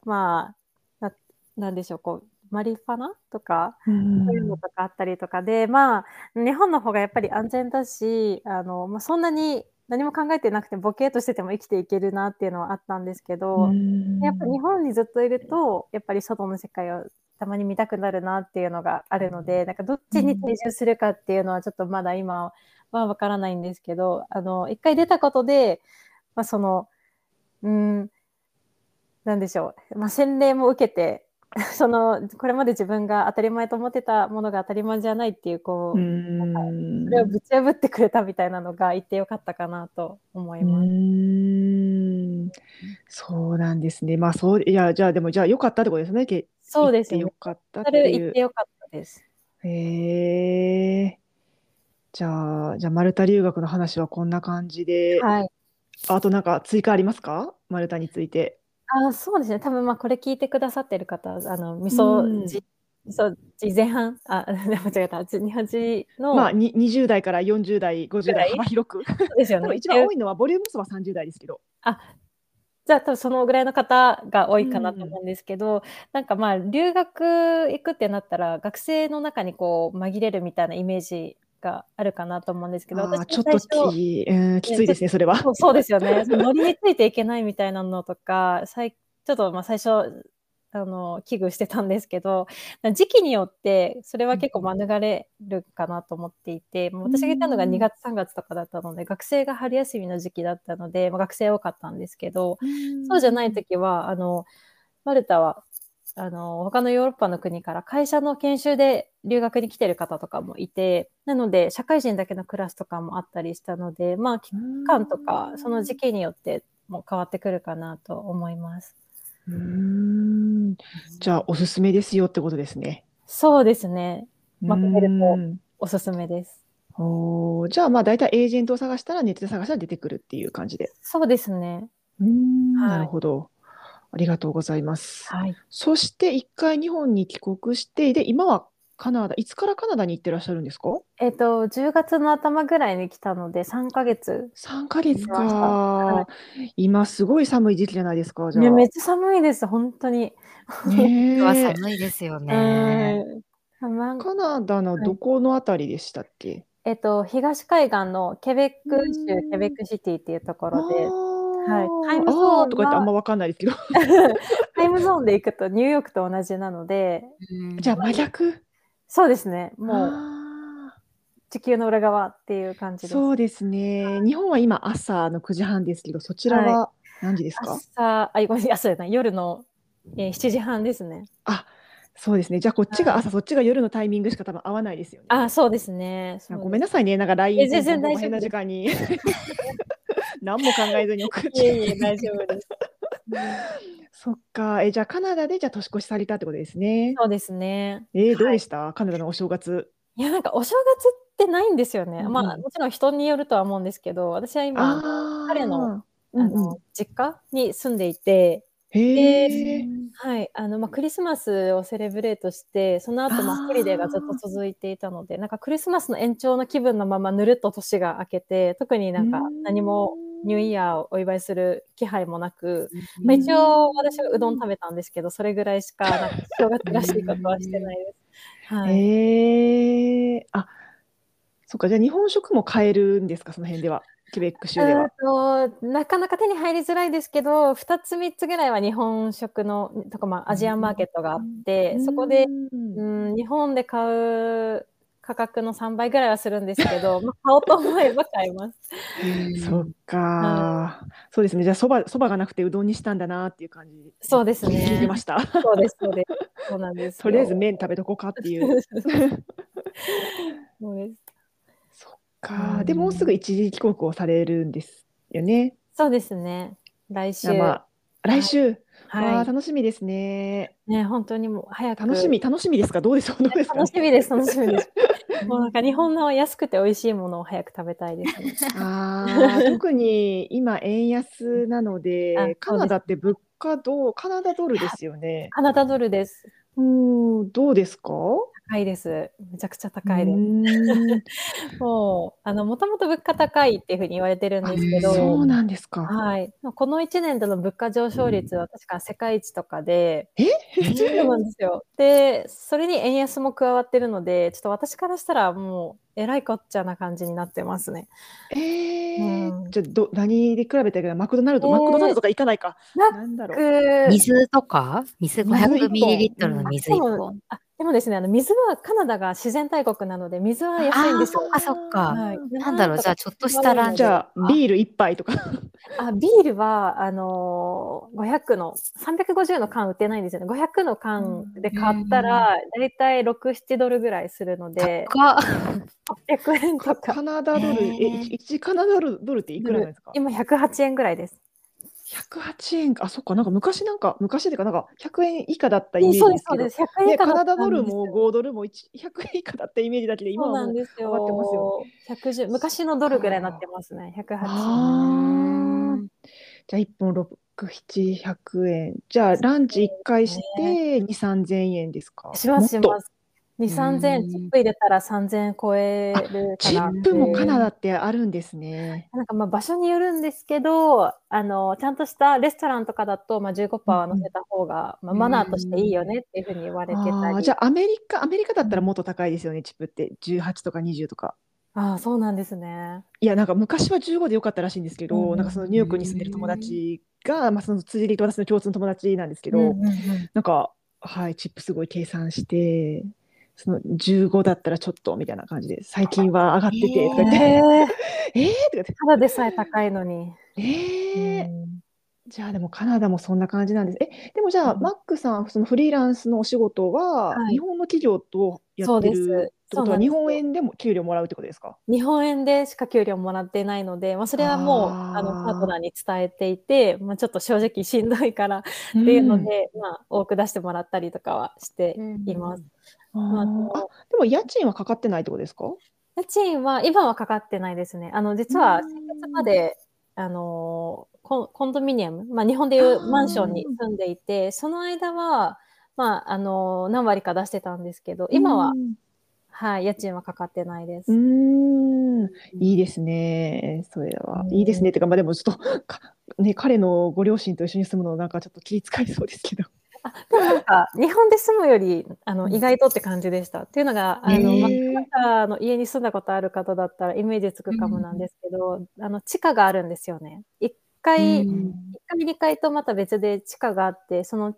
Speaker 3: まあ、な、なんでしょう、こう、マリファナとか、そういうのとかあったりとかで、まあ、日本の方がやっぱり安全だし、あの、まあ、そんなに何も考えてなくてボケーっとしてても生きていけるなっていうのはあったんですけど、やっぱ日本にずっといると、やっぱり外の世界をたまに見たくなるなっていうのがあるので、なんかどっちに定住するかっていうのはちょっとまだ今はわからないんですけど、あの、一回出たことで、まあその、うん、なんでしょう、まあ洗礼も受けて、 <laughs> その、これまで自分が当たり前と思ってたものが当たり前じゃないっていう、こう、それをぶち破ってくれたみたいなのが言ってよかったかなと思います。
Speaker 2: うんそうなんですね。まあそういやじゃあでもじゃあ良かったってことですね。け
Speaker 3: そうです
Speaker 2: 行って
Speaker 3: ね
Speaker 2: よ。かったっ
Speaker 3: そ
Speaker 2: て
Speaker 3: れ
Speaker 2: い
Speaker 3: 言
Speaker 2: う
Speaker 3: って。よかったです。
Speaker 2: へえ。じゃあじゃあマルタ留学の話はこんな感じで。
Speaker 3: はい。
Speaker 2: あとなんか追加ありますか？マルタについて。
Speaker 3: あ、そうですね。多分まあこれ聞いてくださってる方、あの、み
Speaker 2: うん
Speaker 3: そじ、みそじ前半、あ、 <laughs> 間違えた、じ日本人の、
Speaker 2: まあに20代から40代、50代
Speaker 3: ぐ
Speaker 2: 幅
Speaker 3: ら
Speaker 2: 広く。
Speaker 3: <laughs> そうですよ
Speaker 2: 多
Speaker 3: ね。
Speaker 2: 分一番
Speaker 3: で
Speaker 2: 多いのはボリューム数は30代ですけど。
Speaker 3: じゃあ多分そのぐらいの方が多いかなと思うんですけど、なんかまあ留学行くってなったら、学生の中にこう紛れるみたいなイメージがあるかなと思うんですけど、
Speaker 2: あー
Speaker 3: 私
Speaker 2: ちょ
Speaker 3: も
Speaker 2: っと
Speaker 3: 最初
Speaker 2: き、うんきついですねそれは。
Speaker 3: そうそうですよね。そのノリについていけないみたいなのとか、さいちょっとまあ最初、あの、危惧してたんですけど、時期によって、それは結構免れるかなと思っていて、もう私がいたのが
Speaker 2: うん
Speaker 3: 2月3月とかだったので、学生が春休みの時期だったので、まあ、学生多かったんですけど、そうじゃない時は、あの、マルタは、あの、他のヨーロッパの国から会社の研修で留学に来てる方とかもいて、なので、社会人だけのクラスとかもあったりしたので、まあ、期
Speaker 2: うん
Speaker 3: 間とか、その時期によっても変わってくるかなと思います。
Speaker 2: うーんじゃあおすすめですよってことですね。
Speaker 3: そうですね。まとめると
Speaker 2: うん
Speaker 3: おすすめです。
Speaker 2: おーじゃあまあ大体エージェントを探したらネットで探したら出てくるっていう感じで。
Speaker 3: そうですね。
Speaker 2: うーん
Speaker 3: はい
Speaker 2: なるほど。ありがとうございます。
Speaker 3: はい。
Speaker 2: そして一回日本に帰国してで今はカナダいつからカナダに行ってらっしゃるんですか
Speaker 3: えっ、と、10月の頭ぐらいに来たので、3ヶ月。
Speaker 2: ?3 ヶ月
Speaker 3: 行きましたは
Speaker 2: か。今すごい寒い時期じゃないですかじゃ
Speaker 3: ね、
Speaker 2: あ。
Speaker 3: めっちゃ寒いです、本当に。
Speaker 2: ねえ
Speaker 1: は寒いですよね。
Speaker 3: うんなんか
Speaker 2: カナダのどこのあたりでしたっけ
Speaker 3: えっと、東海岸のケベック
Speaker 2: う
Speaker 3: 州
Speaker 2: ん
Speaker 3: ケベックシティっていうとこ
Speaker 2: あ
Speaker 3: ろではい
Speaker 2: ー
Speaker 3: タイムゾーン
Speaker 2: あ
Speaker 3: は
Speaker 2: ーとか言ってあんまわかんないですけど。
Speaker 3: タイムゾーンで行くとニューヨークと同じなので
Speaker 1: うん
Speaker 2: じゃあ真逆。
Speaker 3: そうですねもう
Speaker 2: あ
Speaker 3: 地球の裏側っていう感
Speaker 2: ー
Speaker 3: じです
Speaker 2: そうですね。日本は今朝の9時半ですけど、そちらは何時ですか、
Speaker 3: 朝あごめんなさい朝じゃない夜の、えー7時半ですね
Speaker 2: そうですね。じゃあこっちが朝、そっちが夜のタイミングしか多分合わないですよね。
Speaker 3: あそうですねそうです
Speaker 2: ごめんなさいね。なんか LINE
Speaker 3: え全然
Speaker 2: で
Speaker 3: 大丈夫
Speaker 2: 変な時間
Speaker 3: <laughs>
Speaker 2: に。何も考えずに送っ
Speaker 3: い
Speaker 2: て。
Speaker 3: えいえ大丈夫ですうん
Speaker 2: そっか。え、じゃあカナダでじゃあ年越しされたってことですね。
Speaker 3: そうですね
Speaker 2: えーどうでした、カナダのお正月。
Speaker 3: いやなんかお正月ってないんですよね、
Speaker 2: うん
Speaker 3: まあもちろん人によるとは思うんですけど私は今
Speaker 2: ああ。
Speaker 3: 彼の。
Speaker 2: うん
Speaker 3: あ
Speaker 2: うん
Speaker 3: の、実家に住んでいて
Speaker 2: へ
Speaker 3: で
Speaker 2: え。
Speaker 3: はい、あのまあ、クリスマスをセレブレートしてその後ま
Speaker 2: あー
Speaker 3: あホリデーがずっと続いていたのでなんかクリスマスの延長の気分のままぬるっと年が明けて特になんか何もニューイヤーをお祝いする気配もなく、まあ、一応私はうどん食べたんですけどそれぐらいしかなんか正月らしいことはしてないです。はい、
Speaker 2: ええあ、そっか、じゃあ日本食も買えるんですか、その辺では、ケベック州では。
Speaker 3: あとなかなか手に入りづらいですけど2つ3つぐらいは日本食のとか、まあ、アジアンマーケットがあってそこで
Speaker 2: うん
Speaker 3: うん、日本で買う価格の3倍ぐらいはするんです
Speaker 2: <laughs>
Speaker 3: けど、まあ、買おうと思えば買います。
Speaker 2: そっか、そうですね、じゃあそばそばがなくてうどんにしたんだなっていう感じ。
Speaker 3: そうですね
Speaker 2: 聞きま
Speaker 3: <laughs>
Speaker 2: した。
Speaker 3: そうです、そうです。そうなんですよ。
Speaker 2: とり
Speaker 3: <laughs>
Speaker 2: あえず麺食べとこうかっていう。
Speaker 3: そうです。
Speaker 2: そっか、でもうすぐ一時帰国をされるんですよね。
Speaker 3: そうですね。来週。
Speaker 2: じゃあまあ来週、わあ
Speaker 3: は
Speaker 2: 楽しみですね。
Speaker 3: い。ね、本当にもう早く。
Speaker 2: 楽しみ楽しみですか、どうでしょう、どうですかね
Speaker 3: 楽しみです、楽し
Speaker 2: <laughs>
Speaker 3: みです。もうなんか日本の安くて美味しいものを早く食べたいですね。
Speaker 2: あ
Speaker 3: <laughs>
Speaker 2: ー特に今、円安なの
Speaker 3: あそうで、
Speaker 2: ですカナダって物価どう、カナダドルですよね。
Speaker 3: カナダドルです。
Speaker 2: うーん、どうですか
Speaker 3: 高いです。めちゃくちゃ高いで
Speaker 2: うん
Speaker 3: す。もう、あの、もともと物価高いっていうふうに言われてるん
Speaker 2: あ
Speaker 3: ですけど、
Speaker 2: そうなんですか。
Speaker 3: はい。この1年での物価上昇率は確か世界一とかで、
Speaker 2: え
Speaker 3: そうなんですよ。で、それに円安も加わってるので、ちょっと私からしたらもう、えらいこっちゃな感じになってますね。
Speaker 2: <laughs> え
Speaker 3: う
Speaker 2: ー、
Speaker 3: ん
Speaker 2: じゃあど何で比べたけどマクドナルド、
Speaker 3: えー
Speaker 2: マクドナルドとか行かないか。
Speaker 3: な
Speaker 2: なんだろう。
Speaker 3: 水
Speaker 1: 水とか水
Speaker 2: 水一本
Speaker 1: 500ml の水1本。
Speaker 3: あでもですね、あの水はカナダが自然大国なので、水は安いんですよ。
Speaker 1: あーそっか
Speaker 3: はい、
Speaker 1: なんだろう、じゃあちょっとしたラン
Speaker 2: じ
Speaker 1: チ。
Speaker 2: ゃあビール一杯とか。
Speaker 3: あビールはあのー500の350の缶売ってないんですよね500の缶で買ったら大体67ドルぐらいするので
Speaker 1: 高っ
Speaker 3: 800円と
Speaker 2: カ
Speaker 3: か
Speaker 2: ナダドル、え
Speaker 1: へー
Speaker 2: 一一カナダドルドルっていくらなんですか。
Speaker 3: 今108円ぐらいです。
Speaker 2: 百八円か、あ、そっか、なんか昔なんか、昔っていうか、なんか百円以下だったイメー
Speaker 3: え
Speaker 2: ジ
Speaker 3: そうで
Speaker 2: ですす
Speaker 3: そ
Speaker 2: けど
Speaker 3: うで。す100円以
Speaker 2: ね、
Speaker 3: 下
Speaker 2: カ
Speaker 3: だ
Speaker 2: ナ
Speaker 3: った
Speaker 2: ダド
Speaker 3: んです
Speaker 2: ルも5ドルも1 100円以下だったイメージだけで、今
Speaker 3: そう
Speaker 2: は
Speaker 3: な
Speaker 2: も
Speaker 3: ん
Speaker 2: う
Speaker 3: です
Speaker 2: 上がってますよ
Speaker 3: よ。110昔のドルぐらいになってますね108円。
Speaker 2: あーじゃあ1本6700円じゃあランチ1回して23000円ですか
Speaker 3: しますし
Speaker 2: もっと
Speaker 3: ます。2、3000
Speaker 1: う
Speaker 3: 円、
Speaker 1: ん
Speaker 3: チップ入れたら3000円超えるか
Speaker 2: チ
Speaker 3: な。
Speaker 2: ップもカナダってあるんですね
Speaker 3: なんかまあ場所によるんですけど、あのちゃんとしたレストランとかだと、まあ、15%は乗せた方が、まあ、マナーとしていいよねっていうふうに言われてたり、
Speaker 2: あーじゃあアメリカアメリカだったらもっと高いですよねチップって18とか20とか
Speaker 3: ああそうなんですね。
Speaker 2: いやなんか昔は15でよかったらしいんですけど、
Speaker 3: うん
Speaker 2: なんかそのニューヨークに住んでる友達が、まあ、その辻利と私の共通の友達なんですけど、
Speaker 3: うんうんうん
Speaker 2: なんか、はい、チップすごい計算して、その15だったらちょっとみたいな感じで、最近は上がってて、とか言って、
Speaker 3: えー
Speaker 2: えーとか
Speaker 3: ただでさえ高いのに。
Speaker 2: 言って、えー、
Speaker 3: うん
Speaker 2: じゃあでもカナダもそんな感じなんです。え、でもじゃあ、
Speaker 3: うん
Speaker 2: マックさん、そのフリーランスのお仕事は
Speaker 3: は、い
Speaker 2: 日本の企業とや
Speaker 3: そう
Speaker 2: って
Speaker 3: で
Speaker 2: る
Speaker 3: す
Speaker 2: ってこと
Speaker 3: そうな
Speaker 2: は、
Speaker 3: んです
Speaker 2: 日
Speaker 3: よ
Speaker 2: 本円でも給料もらうってことですか
Speaker 3: 日本円でしか給料もらってないので、まあ、それはもう
Speaker 2: あー
Speaker 3: あのパートナーに伝えていて、まあ、ちょっと正直しんどいからっていうので、まあ、多く出してもらったりとかはしていま
Speaker 2: う
Speaker 3: す。
Speaker 2: ん
Speaker 3: ま
Speaker 2: あ
Speaker 3: ああ
Speaker 2: ー
Speaker 3: と
Speaker 2: あでも家賃はかかってないってことですか
Speaker 3: 家賃は今はかかってないですね。あの実は先月まで、あのーコンコンドミニアム、まあ、日本でい
Speaker 2: あ
Speaker 3: う
Speaker 2: ー
Speaker 3: マンションに住んでいてその間は、まああのー何割か出してたんですけど今は、
Speaker 2: うん
Speaker 3: はい、家賃はかかってないです。
Speaker 2: うーん、いいですね。それは。
Speaker 3: うん
Speaker 2: いいですね。てか、まあでもちょっと、かね、彼のご両親と一緒に住むの、なんかちょっと気遣いそうですけど。
Speaker 3: でもなんか日本で住むよりあの
Speaker 2: うん
Speaker 3: 意外とって感じでした。っていうのがあの、
Speaker 1: へー
Speaker 3: まあ、カナダの家に住んだことある方だったらイメージつくかもなんですけど、あの地下があるんですよね。1階、
Speaker 1: うん
Speaker 3: 1階2階とまた別で地下があってその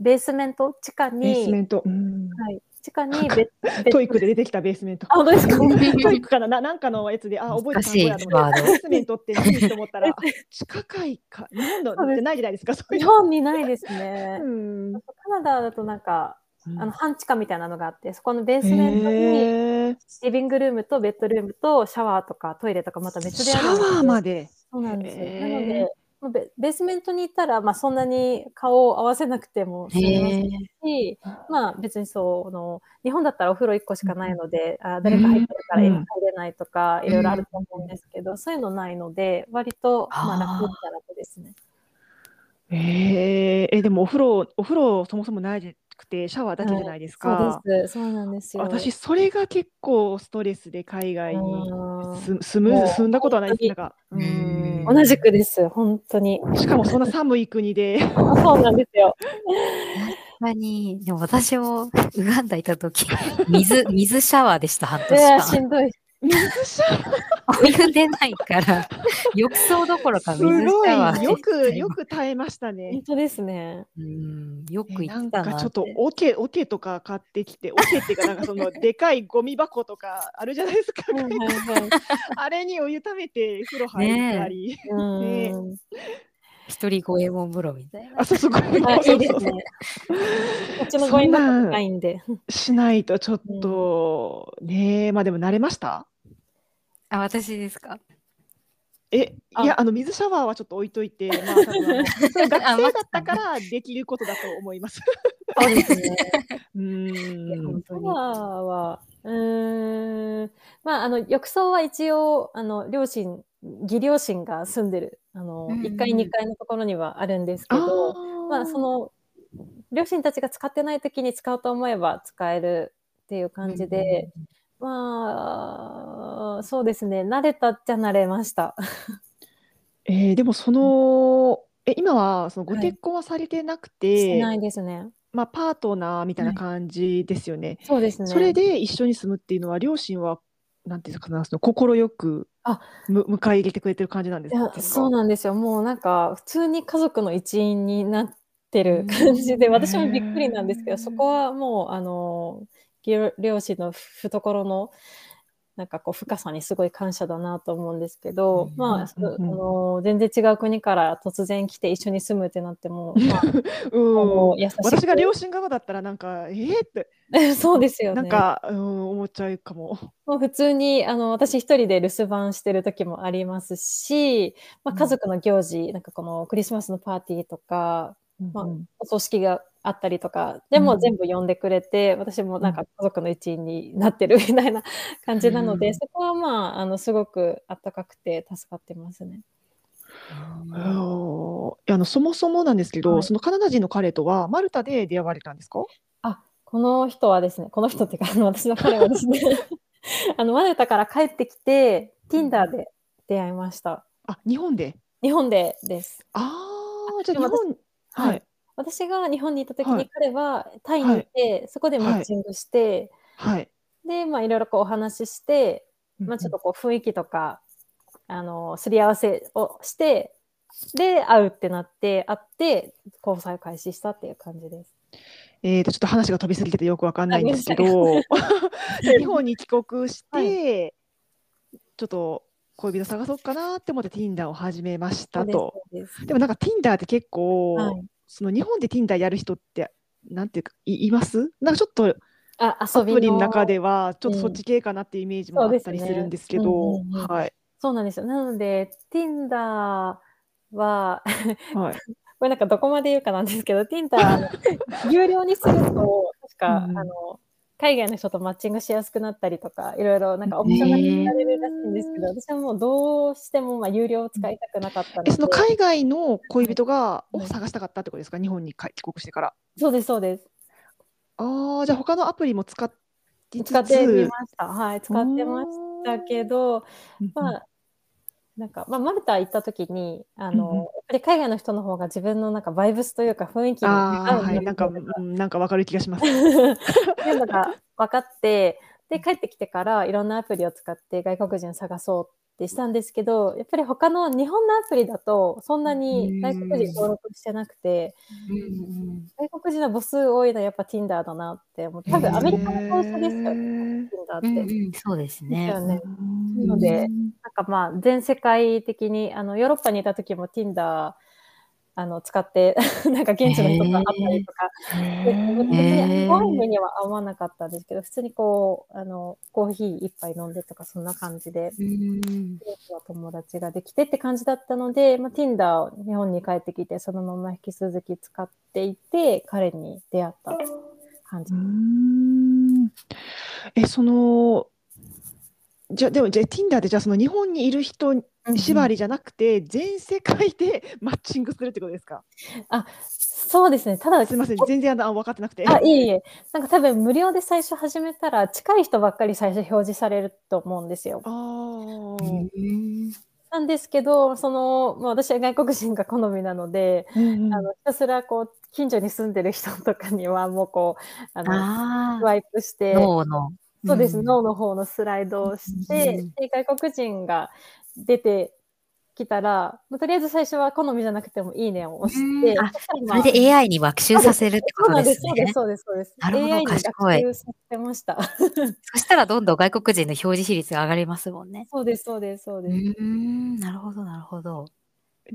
Speaker 3: ベースメント地下
Speaker 2: ベースメ
Speaker 3: に、
Speaker 2: ント。うん
Speaker 3: はい、地下にベベ
Speaker 2: トイックで出てきたベースメント。
Speaker 3: あ本当です
Speaker 2: <laughs>
Speaker 3: か
Speaker 2: トイックかなななんかのやつで、あ、覚えてた
Speaker 1: 難しいワード
Speaker 2: ベースメントって何と思ったら、
Speaker 3: <laughs>
Speaker 2: あ地下階か。日本のってないじゃないですか、そうい
Speaker 3: 日
Speaker 2: う
Speaker 3: 本にないですね。
Speaker 2: の。
Speaker 3: カナダだとなんか
Speaker 2: うん
Speaker 3: あの半地下みたいなのがあってそこのベースメントに
Speaker 2: へー
Speaker 3: リビングルームとベッドルームとシャワーとかトイレとかまた別で
Speaker 2: シ
Speaker 3: あ
Speaker 2: ャ
Speaker 3: るんですよ
Speaker 2: ワーまで。
Speaker 3: そうなんですよ。
Speaker 2: へ
Speaker 3: な
Speaker 2: ー
Speaker 3: ので、まあベベースメントに行ったら、まあ、そんなに顔を合わせなくても済みます
Speaker 1: へ
Speaker 3: し、まあ、別にその日本だったらお風呂1個しかないので、あ誰か入ってるから今入れないとか、いろいろあると思うんですけど、そういうのないので割と、まあ、
Speaker 1: あー
Speaker 3: 楽っちゃ楽ですね。
Speaker 2: えー、え、でもお風呂、お風呂そもそもないじゃなくて、シャワーだけじゃないですか。
Speaker 3: そうです。そうなんですよ。
Speaker 2: 私、それが結構ストレスで海外に
Speaker 3: うん
Speaker 2: す住む
Speaker 3: もう
Speaker 2: 住んだことはないですなん
Speaker 3: 本
Speaker 2: か、
Speaker 1: に
Speaker 2: うん
Speaker 1: 同
Speaker 3: 同じくです、本当に。
Speaker 2: しかもそんな寒い国で
Speaker 3: あそうなんですよ。
Speaker 1: ほんまに、でも私も <laughs> ウガンダ行った
Speaker 3: <laughs>
Speaker 1: 時、水、水シャワーでした、半年
Speaker 3: いや、
Speaker 1: <laughs> 間。
Speaker 3: しんどい。
Speaker 2: 水シャ
Speaker 1: お湯出ないから、浴槽どころか
Speaker 2: ワー
Speaker 1: 水シ
Speaker 2: すご
Speaker 1: ャワー
Speaker 2: い
Speaker 1: で
Speaker 2: よくよく耐えましたね
Speaker 3: 本。当ですね。
Speaker 1: うん、よ
Speaker 2: え
Speaker 1: く行
Speaker 2: な
Speaker 1: っ
Speaker 2: ん
Speaker 1: てた
Speaker 2: か
Speaker 1: な
Speaker 2: ちょっとオケオケとか買ってきてオケっていうかなんかそのでかいゴミ箱とかあるじゃないですか、
Speaker 3: はいはい
Speaker 2: あれにお湯ためて風呂入ったり、
Speaker 3: はい。うん
Speaker 1: 一人五右衛門風呂みたいな
Speaker 2: あ。そうそうごめん
Speaker 3: はい、
Speaker 2: そ
Speaker 3: いいうで
Speaker 2: そう
Speaker 3: すね。こっちの五円だと高いんで。
Speaker 2: しないとちょっと、ねえまあでも慣れました
Speaker 1: あ、私ですか。
Speaker 2: え、
Speaker 3: あ
Speaker 2: いや、あの水シャワーはちょっと置いといて、まあ、
Speaker 3: <laughs>
Speaker 2: 多分あのそれ学
Speaker 1: あ
Speaker 2: 生
Speaker 1: ま
Speaker 2: だ
Speaker 1: さ
Speaker 2: った
Speaker 1: か
Speaker 2: からできることだと思います。
Speaker 3: そうですね。
Speaker 2: う <laughs> ーん、
Speaker 1: 本
Speaker 3: シ
Speaker 1: 当
Speaker 3: ャ
Speaker 1: に。
Speaker 3: ワーは、うーん。まあ、あの、浴槽は一応、あの、両親、義両親が住んでる、あの、
Speaker 1: うんうん
Speaker 3: 1階、2階のところにはあるんですけ
Speaker 2: あ
Speaker 3: ど、
Speaker 2: ー
Speaker 3: まあ、その、両親たちが使ってない時に使おうと思えば使えるっっていう感じで、まあ、そうですね、慣れたっちゃ慣れました。
Speaker 2: えーでもその、え、今はそのご
Speaker 3: はい
Speaker 2: 結婚はされてなく
Speaker 3: して
Speaker 2: て、
Speaker 3: ないですね。
Speaker 2: まあ、パートナーみたいな感じですよね。
Speaker 3: そうですね。
Speaker 2: それで一緒に住むっていうのは、両親は、なんていうのかな、その快く
Speaker 3: あ
Speaker 2: む迎え入れてくれてる感じなんで
Speaker 3: い
Speaker 2: す
Speaker 3: や
Speaker 2: ですか
Speaker 3: そうなんですよ。もうなんか、普通に家族の一員になってる感じで、私もびっくりなんですけ
Speaker 2: へ
Speaker 3: ど、
Speaker 2: ー
Speaker 3: そこはもう、あの、ぎょ両親の懐の、なんかこう、深さにすごい感謝だなと思うんですけど、
Speaker 1: うん
Speaker 3: まあ、そ
Speaker 2: うんうん
Speaker 3: あの、全然違う国から突然来て一緒に住むってなっても、まあ、
Speaker 2: うん
Speaker 3: あの優しく
Speaker 2: 私が両親側だったら、なんか、えーって、
Speaker 3: <laughs> そうですよね。
Speaker 2: なんか、うん、思っちゃうかも。
Speaker 3: もう普通にあの私一人で留守番してる時もありますし、まあ、
Speaker 2: うん
Speaker 3: 家族の行事、なんかこのクリスマスのパーティーとかまあ
Speaker 2: うん
Speaker 3: お葬式があったりとかでも
Speaker 2: うん
Speaker 3: 全部呼んでくれて、私もなんか家族の一員になってるみたい <laughs> な感じなので、
Speaker 2: うん
Speaker 3: そこはまああのすごくあったかくて助かってますね。
Speaker 2: あのいやあのそもそもなんですけど、
Speaker 3: はい
Speaker 2: そのカナダ人の彼とはマルタで出会われたんですか？
Speaker 3: あこの人はですねこの人っていうかあの私の彼はです <laughs> ねあのマネタから帰ってきて Tinder で出会いました。
Speaker 2: あ、日本で。
Speaker 3: 日本でです。
Speaker 2: ああ、じゃあ
Speaker 3: で
Speaker 2: 日
Speaker 3: も私
Speaker 2: 本、はい
Speaker 3: 私が日本にいた時
Speaker 2: は
Speaker 3: に
Speaker 2: い
Speaker 3: 彼はタイにいて、そこでマッチングして、
Speaker 2: はい。
Speaker 3: でまあいろいろこうお話しして、まあ、ちょっとこう雰囲気とかあのすり合わせをしてで会うってなって会って交際を開始したっていう感じです。
Speaker 2: えーとちょっと話が飛びすぎててよくわかんないんですけ
Speaker 3: あご
Speaker 2: ど、日本に帰国して、
Speaker 3: は
Speaker 2: ちょっと恋人探そうかなって思って Tinder を始めましたと。
Speaker 3: そうですそう
Speaker 2: でもなんか Tinder って結構、
Speaker 3: ですはい、
Speaker 2: その日本で Tinder やる人ってなんていうかいいます？なんかちょっと
Speaker 3: あ
Speaker 2: ア
Speaker 3: 遊び
Speaker 2: プリの
Speaker 3: の
Speaker 2: 中ではちょっとそっち系かなっていうイメージもあったりするんですけど、
Speaker 3: うんそうですねうんうんうん
Speaker 2: はい
Speaker 3: そうなんですよなので Tinder は <laughs>
Speaker 2: はい。
Speaker 3: これなんかどこまで言うかなんですけど Tinder あ
Speaker 2: <laughs>
Speaker 3: の有料にすると、確か、
Speaker 2: うん
Speaker 3: あの、海外の人とマッチングしやすくなったりとか、いろいろなんかオプションが付けられるらしいんですけど、私はもうどうしてもまあ有料を使いたくなかったので、
Speaker 2: えその海外の恋人が
Speaker 3: うん
Speaker 2: を探したかったってことですか、日本に帰帰国してから。
Speaker 3: そうです、そうです。
Speaker 2: ああ、じゃあ他のアプリも使って
Speaker 3: 使ってみました。はい、使ってましたけど、ま
Speaker 2: あ
Speaker 3: あ、なんか、まあ、マルタ行った時に、あの、
Speaker 2: うんうん
Speaker 3: やっぱり海外の人の方が自分のなんかバイブスというか雰囲気に合
Speaker 2: あ
Speaker 3: う
Speaker 2: ー、はい、なんか、うんなんかわかる気がします。
Speaker 3: <laughs> っていうのが分かってで帰ってきてからいろんなアプリを使って外国人探そうってしたんですけどやっぱり他の日本のアプリだとそんなに外国人登録してなくて外国人の母数多いのはやっぱ Tinder だなって思って <laughs> 多分アメリカの会社ですよね Tinder って。
Speaker 1: そうです
Speaker 3: です
Speaker 1: ね
Speaker 3: よ。ね。
Speaker 2: な
Speaker 3: のでなんかまあ全世界的にあのヨーロッパにいた時も Tinder あの使って <laughs> なんか現地の人と会ったりとかで別にワインには合わなかったんですけど、普通にこう、あの、コーヒー一杯飲んでとか、そんな感じで、友達ができてって感じだったので、まあ、Tinder を日本に帰ってきて、そのまま引き続き使っていて、彼に出会った感じ。
Speaker 2: え、その。じゃあでもじゃあ Tinder でじゃあその日本にいる人縛りじゃなくて全世界で <laughs> マッチングするってことですか。
Speaker 3: そうですね。ただ、
Speaker 2: すみません、全然あの分かってなくて。
Speaker 3: あ、いえいえ。なんか多分無料で最初始めたら、近い人ばっかり最初表示されると思うんですよ。
Speaker 2: あー
Speaker 3: なんですけど、その、まあ、私は外国人が好みなので、
Speaker 2: うんうん
Speaker 3: あのひたすらこう近所に住んでる人とかにはもうこうあの
Speaker 1: あ
Speaker 3: スワイプして
Speaker 1: 脳の。
Speaker 3: そうです、脳の方のスライドをして、
Speaker 1: うん
Speaker 3: で外国人が出てきたら、まあ、とりあえず最初は好みじゃなくても「いいね」を押して、
Speaker 1: うんあ
Speaker 3: そしたらま
Speaker 1: それで AI に学習させるって
Speaker 3: そう
Speaker 1: こ
Speaker 3: な
Speaker 1: と
Speaker 3: んで
Speaker 1: ですす
Speaker 3: そうです
Speaker 1: ね。
Speaker 3: そうですそうです
Speaker 1: なるほど
Speaker 3: AI に
Speaker 1: 賢い
Speaker 3: 学習させてました
Speaker 1: そしたらどんどん外国人の表示比率が上がりますもんね。
Speaker 3: そうですそうですそうです、
Speaker 1: ん、なるほど、なるほど。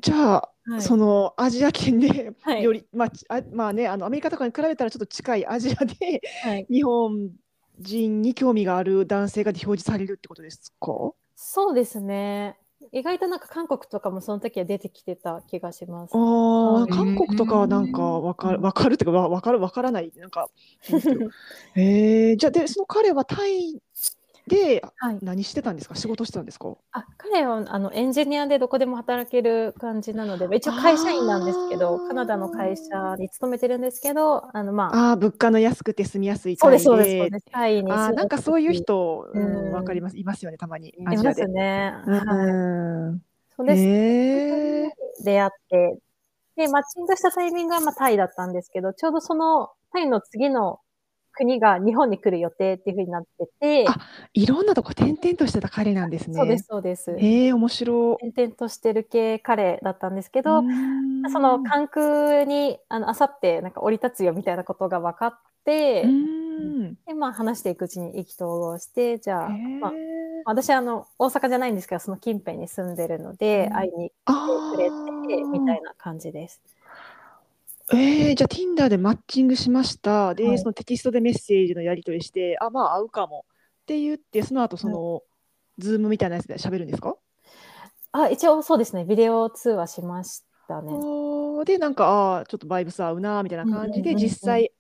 Speaker 2: じゃあ、
Speaker 3: はい
Speaker 2: そのアジア圏で <laughs>
Speaker 3: はい
Speaker 2: より、まあちあまあねあのアメリカとかに比べたらちょっと近いアジアで
Speaker 3: はい、
Speaker 2: 日本人に興味がある男性が表示されるってことですか？
Speaker 3: そうですね意外となんか韓国とかもその時は出てきてた気がします
Speaker 2: ああ、
Speaker 3: はい
Speaker 2: 韓国とかはなんかわかるわかるっていうかわ
Speaker 3: <laughs>
Speaker 2: わかるわからないなんか。へえじゃあでその彼はタイで、
Speaker 3: はい
Speaker 2: 何してたんですか仕事してたんですか
Speaker 3: あ彼はあのエンジニアでどこでも働ける感じなので、まあ一応会社員なんですけ
Speaker 2: あ
Speaker 3: ど、
Speaker 2: ー
Speaker 3: カナダの会社に勤めてるんですけど、あのまあ、
Speaker 2: ああ、物価の安くて住みやすい
Speaker 3: そう
Speaker 2: タイ
Speaker 3: です、そうです、そうです。タイに
Speaker 2: ああ、なんかそういう
Speaker 3: 人
Speaker 2: 人、うん
Speaker 3: うん
Speaker 2: わかります。いますよね、たまに。ア
Speaker 3: い
Speaker 2: ジア
Speaker 3: ま
Speaker 2: で。
Speaker 3: すね。はい。
Speaker 2: うん
Speaker 3: そうです。
Speaker 2: へえ。
Speaker 3: 出会って、で、マッチングしたタイミングはまあタイだったんですけど、ちょうどそのタイの次の国が日本に来る予定っていうふうになってて、
Speaker 2: あいろんなとこ転々としてた彼なんですね。
Speaker 3: そうです、。そうです。
Speaker 2: へえ、面白い。
Speaker 3: 転々としてる系彼だったんですけ
Speaker 2: う
Speaker 3: ど、
Speaker 2: ん
Speaker 3: その関空にあのあさってなんか降り立つよみたいなことが分かって、
Speaker 2: うん
Speaker 3: でまあ、話していくうちに意気投合してじゃあ、
Speaker 2: へえ
Speaker 3: まあ、私あの大阪じゃないんですけどその近辺に住んでるので、
Speaker 2: うん
Speaker 3: 会いに来
Speaker 2: あ
Speaker 3: てくれてみたいな感じです。
Speaker 2: ーえーじゃあ Tinder でマッチングしました。で、
Speaker 3: はい
Speaker 2: そのテキストでメッセージのやり取りして、あ、まあ、会うかも。って言って、その後、その、ズームみたいなやつで喋るんですか
Speaker 3: あ一応そうですねビデオ通話しましたね。
Speaker 2: おーで、なんか、あーちょっとバイブス合うな、みたいな感じ
Speaker 3: うんうんうんう
Speaker 2: で、
Speaker 3: ん
Speaker 2: 実際、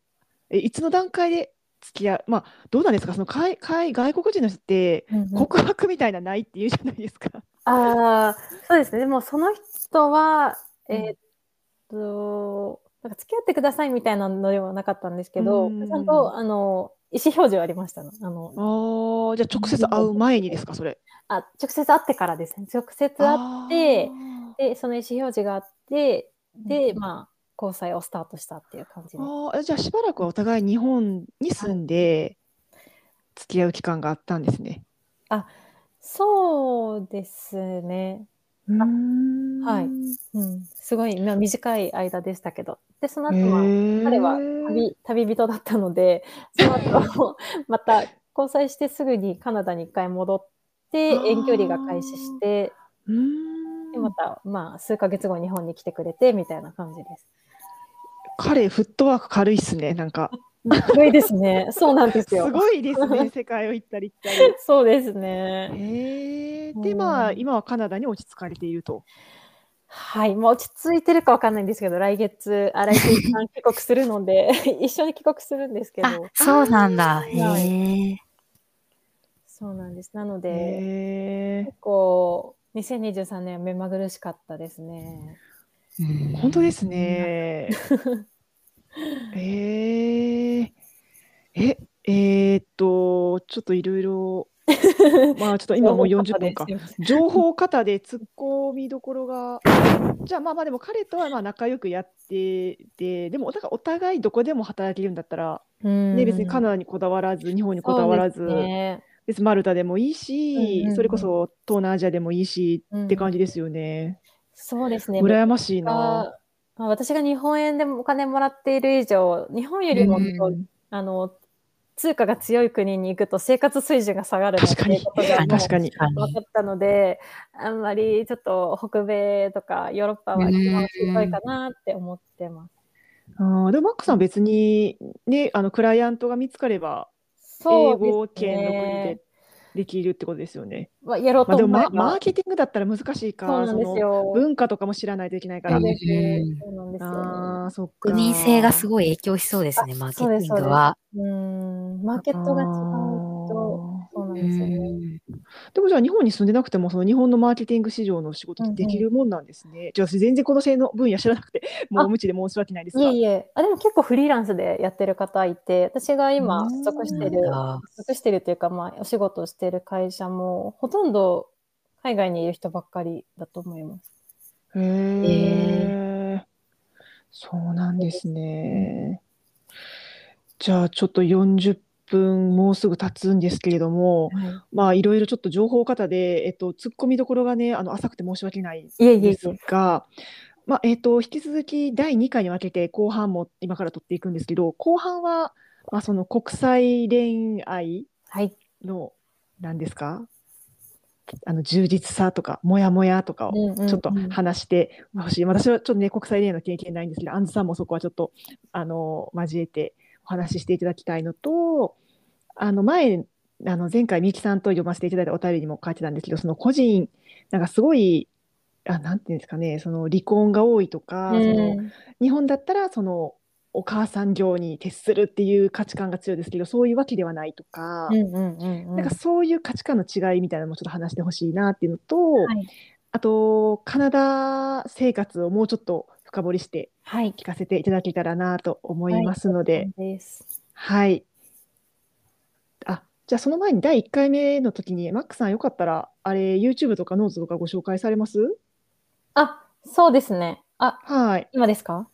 Speaker 2: え、いつの段階で付き合う、まあ、どうなんですか、その、海、海、外国人の人って、告白みたいなないって言うじゃないですか。
Speaker 3: ああそうですねでもその人は、
Speaker 2: うん
Speaker 3: えーっとなんか付き合ってくださいみたいなのではなかったんですけど、
Speaker 2: うん
Speaker 3: ちゃんとあの意思表示はありましたね。あの
Speaker 2: ああ、じゃあ直接会う前にですか、それ。
Speaker 3: あ直接会ってからですね直接会ってってその意思表示があってで、まあ交際をスタートしたっていう感じ
Speaker 2: あ
Speaker 3: で
Speaker 2: ーあーじゃあしばらくはお互い日本に住んで付き合う期間があったんですね。
Speaker 3: そうですねは
Speaker 2: はい
Speaker 3: うんすごい、まあ、短い間でしたけどでその後は
Speaker 2: 彼
Speaker 3: 彼は旅旅人だった
Speaker 2: <laughs>
Speaker 3: のでその後もまた交際してすぐにカナダに一回戻って
Speaker 2: あー
Speaker 3: 遠距離が開始してでまた、まあ、数ヶ月後日本に来てくれてみたいな感じです。
Speaker 2: 彼フットワーク軽いっすねなんか
Speaker 3: すごいで
Speaker 2: <laughs>
Speaker 3: すね。そうなんです
Speaker 2: す
Speaker 3: よ。
Speaker 2: ごいです
Speaker 3: <laughs>
Speaker 2: ね世界を行ったり来たり。
Speaker 3: そうですね。
Speaker 2: へえ
Speaker 3: うん
Speaker 2: でまあ今はカナダに落ち着かれていると。
Speaker 3: はい、もう落ち着いてるかわかんないんですけど、来月、あ来月一旦帰国するので、 <laughs> 一緒に帰国するんですけど、
Speaker 1: あ、そうなんだ。へ
Speaker 3: はい
Speaker 1: え。
Speaker 3: そうなんです。なので、
Speaker 2: へえ
Speaker 3: 結構、2023年は目まぐるしかったですね。
Speaker 2: 本当ですね。えー、え、えーっと、ちょっといろいろ、
Speaker 3: <laughs>
Speaker 2: まあちょっと今もう40分か。
Speaker 3: そうです
Speaker 2: 情報型で突っ込みどころが、じゃあまあまあでも彼とはまあ仲良くやってて、でもなんかお互いどこでも働けるんだったら、
Speaker 3: うん
Speaker 2: ね、別にカナダにこだわらず、日本にこだわらず、
Speaker 3: そうですね
Speaker 2: 別にマルタでもいいし、
Speaker 3: うんうんうん
Speaker 2: それこそ東南アジアでもいいし
Speaker 3: うん
Speaker 2: って感じですよね。
Speaker 3: そうですね。
Speaker 2: 羨ましいな。
Speaker 3: あまあ私が日本円でもお金もらっている以上、日本よりも、
Speaker 2: うん
Speaker 3: あの通貨が強い国に行くと生活水準が下がるな
Speaker 2: 確
Speaker 3: って
Speaker 2: か
Speaker 3: い
Speaker 2: に
Speaker 3: うことがもう
Speaker 2: 確かに
Speaker 3: 分かったので、あんまりちょっと北米とかヨーロッパは基本しんどいかなって思ってます。
Speaker 2: あーでもマックさんは別に、ね、あのクライアントが見つかれば
Speaker 3: そ
Speaker 2: 英
Speaker 3: うですね
Speaker 2: 語圏の国でできるってことですよね。
Speaker 3: まあ、やろう
Speaker 2: ま
Speaker 3: と
Speaker 2: あ、でも
Speaker 3: 思え
Speaker 2: マ
Speaker 3: ば、
Speaker 2: マーケティングだったら難しいか
Speaker 3: そうなんです
Speaker 2: その
Speaker 3: よ。
Speaker 2: 文化とかも知らないといけないか
Speaker 3: そ
Speaker 2: ら。
Speaker 3: うです
Speaker 1: うん
Speaker 3: そうなんですよ、ね。
Speaker 2: ああそっか。
Speaker 1: 国民性がすごい影響しそうですね、マーケティングは。
Speaker 3: うん、マーケットが違うと、
Speaker 2: あ
Speaker 3: そうなん
Speaker 1: う
Speaker 3: ですよね。
Speaker 1: ん
Speaker 2: ーでもじゃあ日本に住んでなくてもその日本のマーケティング市場の仕事ってできるもんなんですね。じゃあ私全然この性の分野知らなくてもう無知で申し訳ないです
Speaker 3: い
Speaker 2: が。
Speaker 3: えいえあ、でも結構フリーランスでやってる方いて、私が今、
Speaker 2: うん
Speaker 3: 所属して
Speaker 1: そう
Speaker 3: る
Speaker 1: なんだ
Speaker 3: 属してるというか、まあ、お仕事をしてる会社も、ほとんど海外にいる人ばっかりだと思います。
Speaker 2: へえ、そうなんですね。じゃあちょっと40分もうすぐ経つんですけれども、まあいろいろちょっと情報方で、えっと、突っ込みどころがね、あの浅くて申し訳ないん
Speaker 3: い、えいえ
Speaker 2: で
Speaker 3: い
Speaker 2: すが、まあえっと、引き続き第2回に分けて後半も今から取っていくんですけど、後半は、まあ、その国際恋愛
Speaker 3: はい。
Speaker 2: の何ですかあの充実さとか、もやもやとかをちょっと話してほしい。私はちょっとね、国際恋愛の経験ないんですけど、アンズさんもそこはちょっと、あの、交えてお話ししていただきたいのと、あの、前、あの、前回、みゆきさんと読ませていただいたお便りにも書いてたんですけど、その個人、なんかすごい、あ、なんていうんですかね、その離婚が多いとか、その日本だったら、その、お母さん業に徹するっていう価値観が強いですけどそういうわけではないとか、
Speaker 3: な
Speaker 2: なんかそういう価値観の違いみたいなのもちょっと話してほしいなっていうのと、
Speaker 3: はい
Speaker 2: あとカナダ生活をもうちょっと深掘りして
Speaker 1: <laughs>
Speaker 3: はい。
Speaker 2: 聞かせていただけたらなと思いますので、
Speaker 3: です。
Speaker 2: はい。あ、じゃあその前に第1回目の時にマックさんよかったらあれ YouTube とかノートとかご紹介されます？
Speaker 3: あ、そうですね。あ、
Speaker 2: はい。
Speaker 3: 今ですか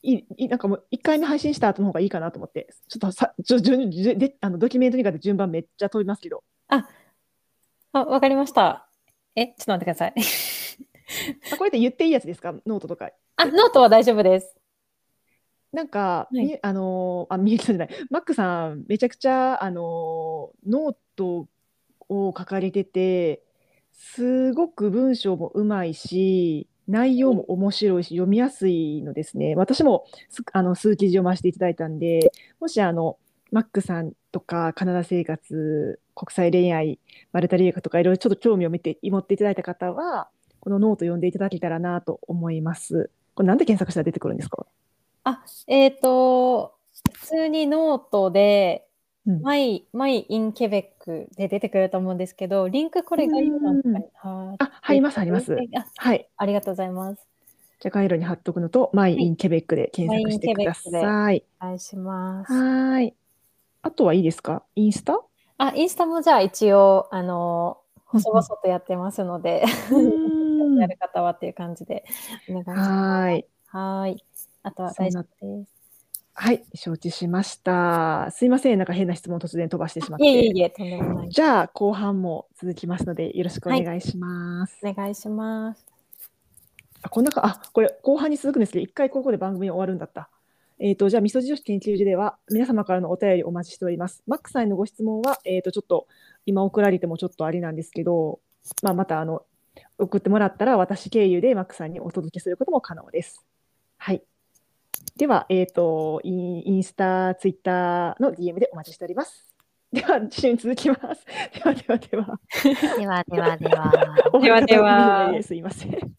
Speaker 2: いいなんかもう1回目配信した後の方がいいかなと思って、ちょっとさじゅじゅじゅであのドキュメントにかって順番めっちゃ飛びますけど、
Speaker 3: あ、わかりました。え、ちょっと待ってください。 <laughs>
Speaker 2: あこれって言っていいやつですか？ノートとか。
Speaker 3: あ、ノートは大丈夫です。
Speaker 2: なんか、
Speaker 3: はい
Speaker 2: みあのーあ、みゆきさんじゃない、マックさん、めちゃくちゃ、あのーノートを書かれてて、すごく文章もうまいし、内容も面白いし、読みやすいのですね。私もすあの数記事読ませていただいたんで、もしあの、マックさんとか、カナダ生活、国際恋愛、マルタ留学とか、いろいろちょっと興味を見て、持っていただいた方は、このノート読んでいただけたらなと思います。これなんで検索したら出てくるんですか
Speaker 3: あ、えっ、と、普通にノートで、
Speaker 2: うん
Speaker 3: マイ、マイ・イン・ケベックで出てくると思うんですけど、リンクこれ概要欄とかに貼って
Speaker 2: あ、入ります、あります。
Speaker 3: あ
Speaker 2: はい。
Speaker 3: ありがとうございます。
Speaker 2: じゃあ概要欄に貼っとくのと、マイ・イン・ケベックで検索してください。
Speaker 3: お願いします。
Speaker 2: はい。あとはいいですかインスタ
Speaker 3: あ、インスタもじゃあ一応、あ
Speaker 2: う
Speaker 3: の、
Speaker 2: んうん
Speaker 3: 細々とやってますので、やる方はっていう感じでお願いします。
Speaker 2: はい。
Speaker 3: はい。あとは大丈夫です。
Speaker 2: はい。承知しました。すいません。なんか変な質問突然飛ばしてしまっ
Speaker 3: いえ
Speaker 2: て。
Speaker 3: いえいえ、とんでもない。
Speaker 2: じゃあ、後半も続きますので、よろしくお願いします。
Speaker 3: お願いします。
Speaker 2: あ、こんなか、あ、これ後半に続くんですけど、一回ここで番組終わるんだった。えっと、じゃあ、みそじ女子研究所では、皆様からのお便りお待ちしております。マックさんへのご質問は、えっと、ちょっと、今送られてもちょっとあれなんですけど、まあ、また、あの、送ってもらったら、私経由でマックさんにお届けすることも可能です。はい。では、えっと、インインスタ、ツイッターの DM でお待ちしております。では、一緒に続きます。では、では、では。
Speaker 1: ではではでは。
Speaker 2: お
Speaker 3: ではでは
Speaker 2: すいません。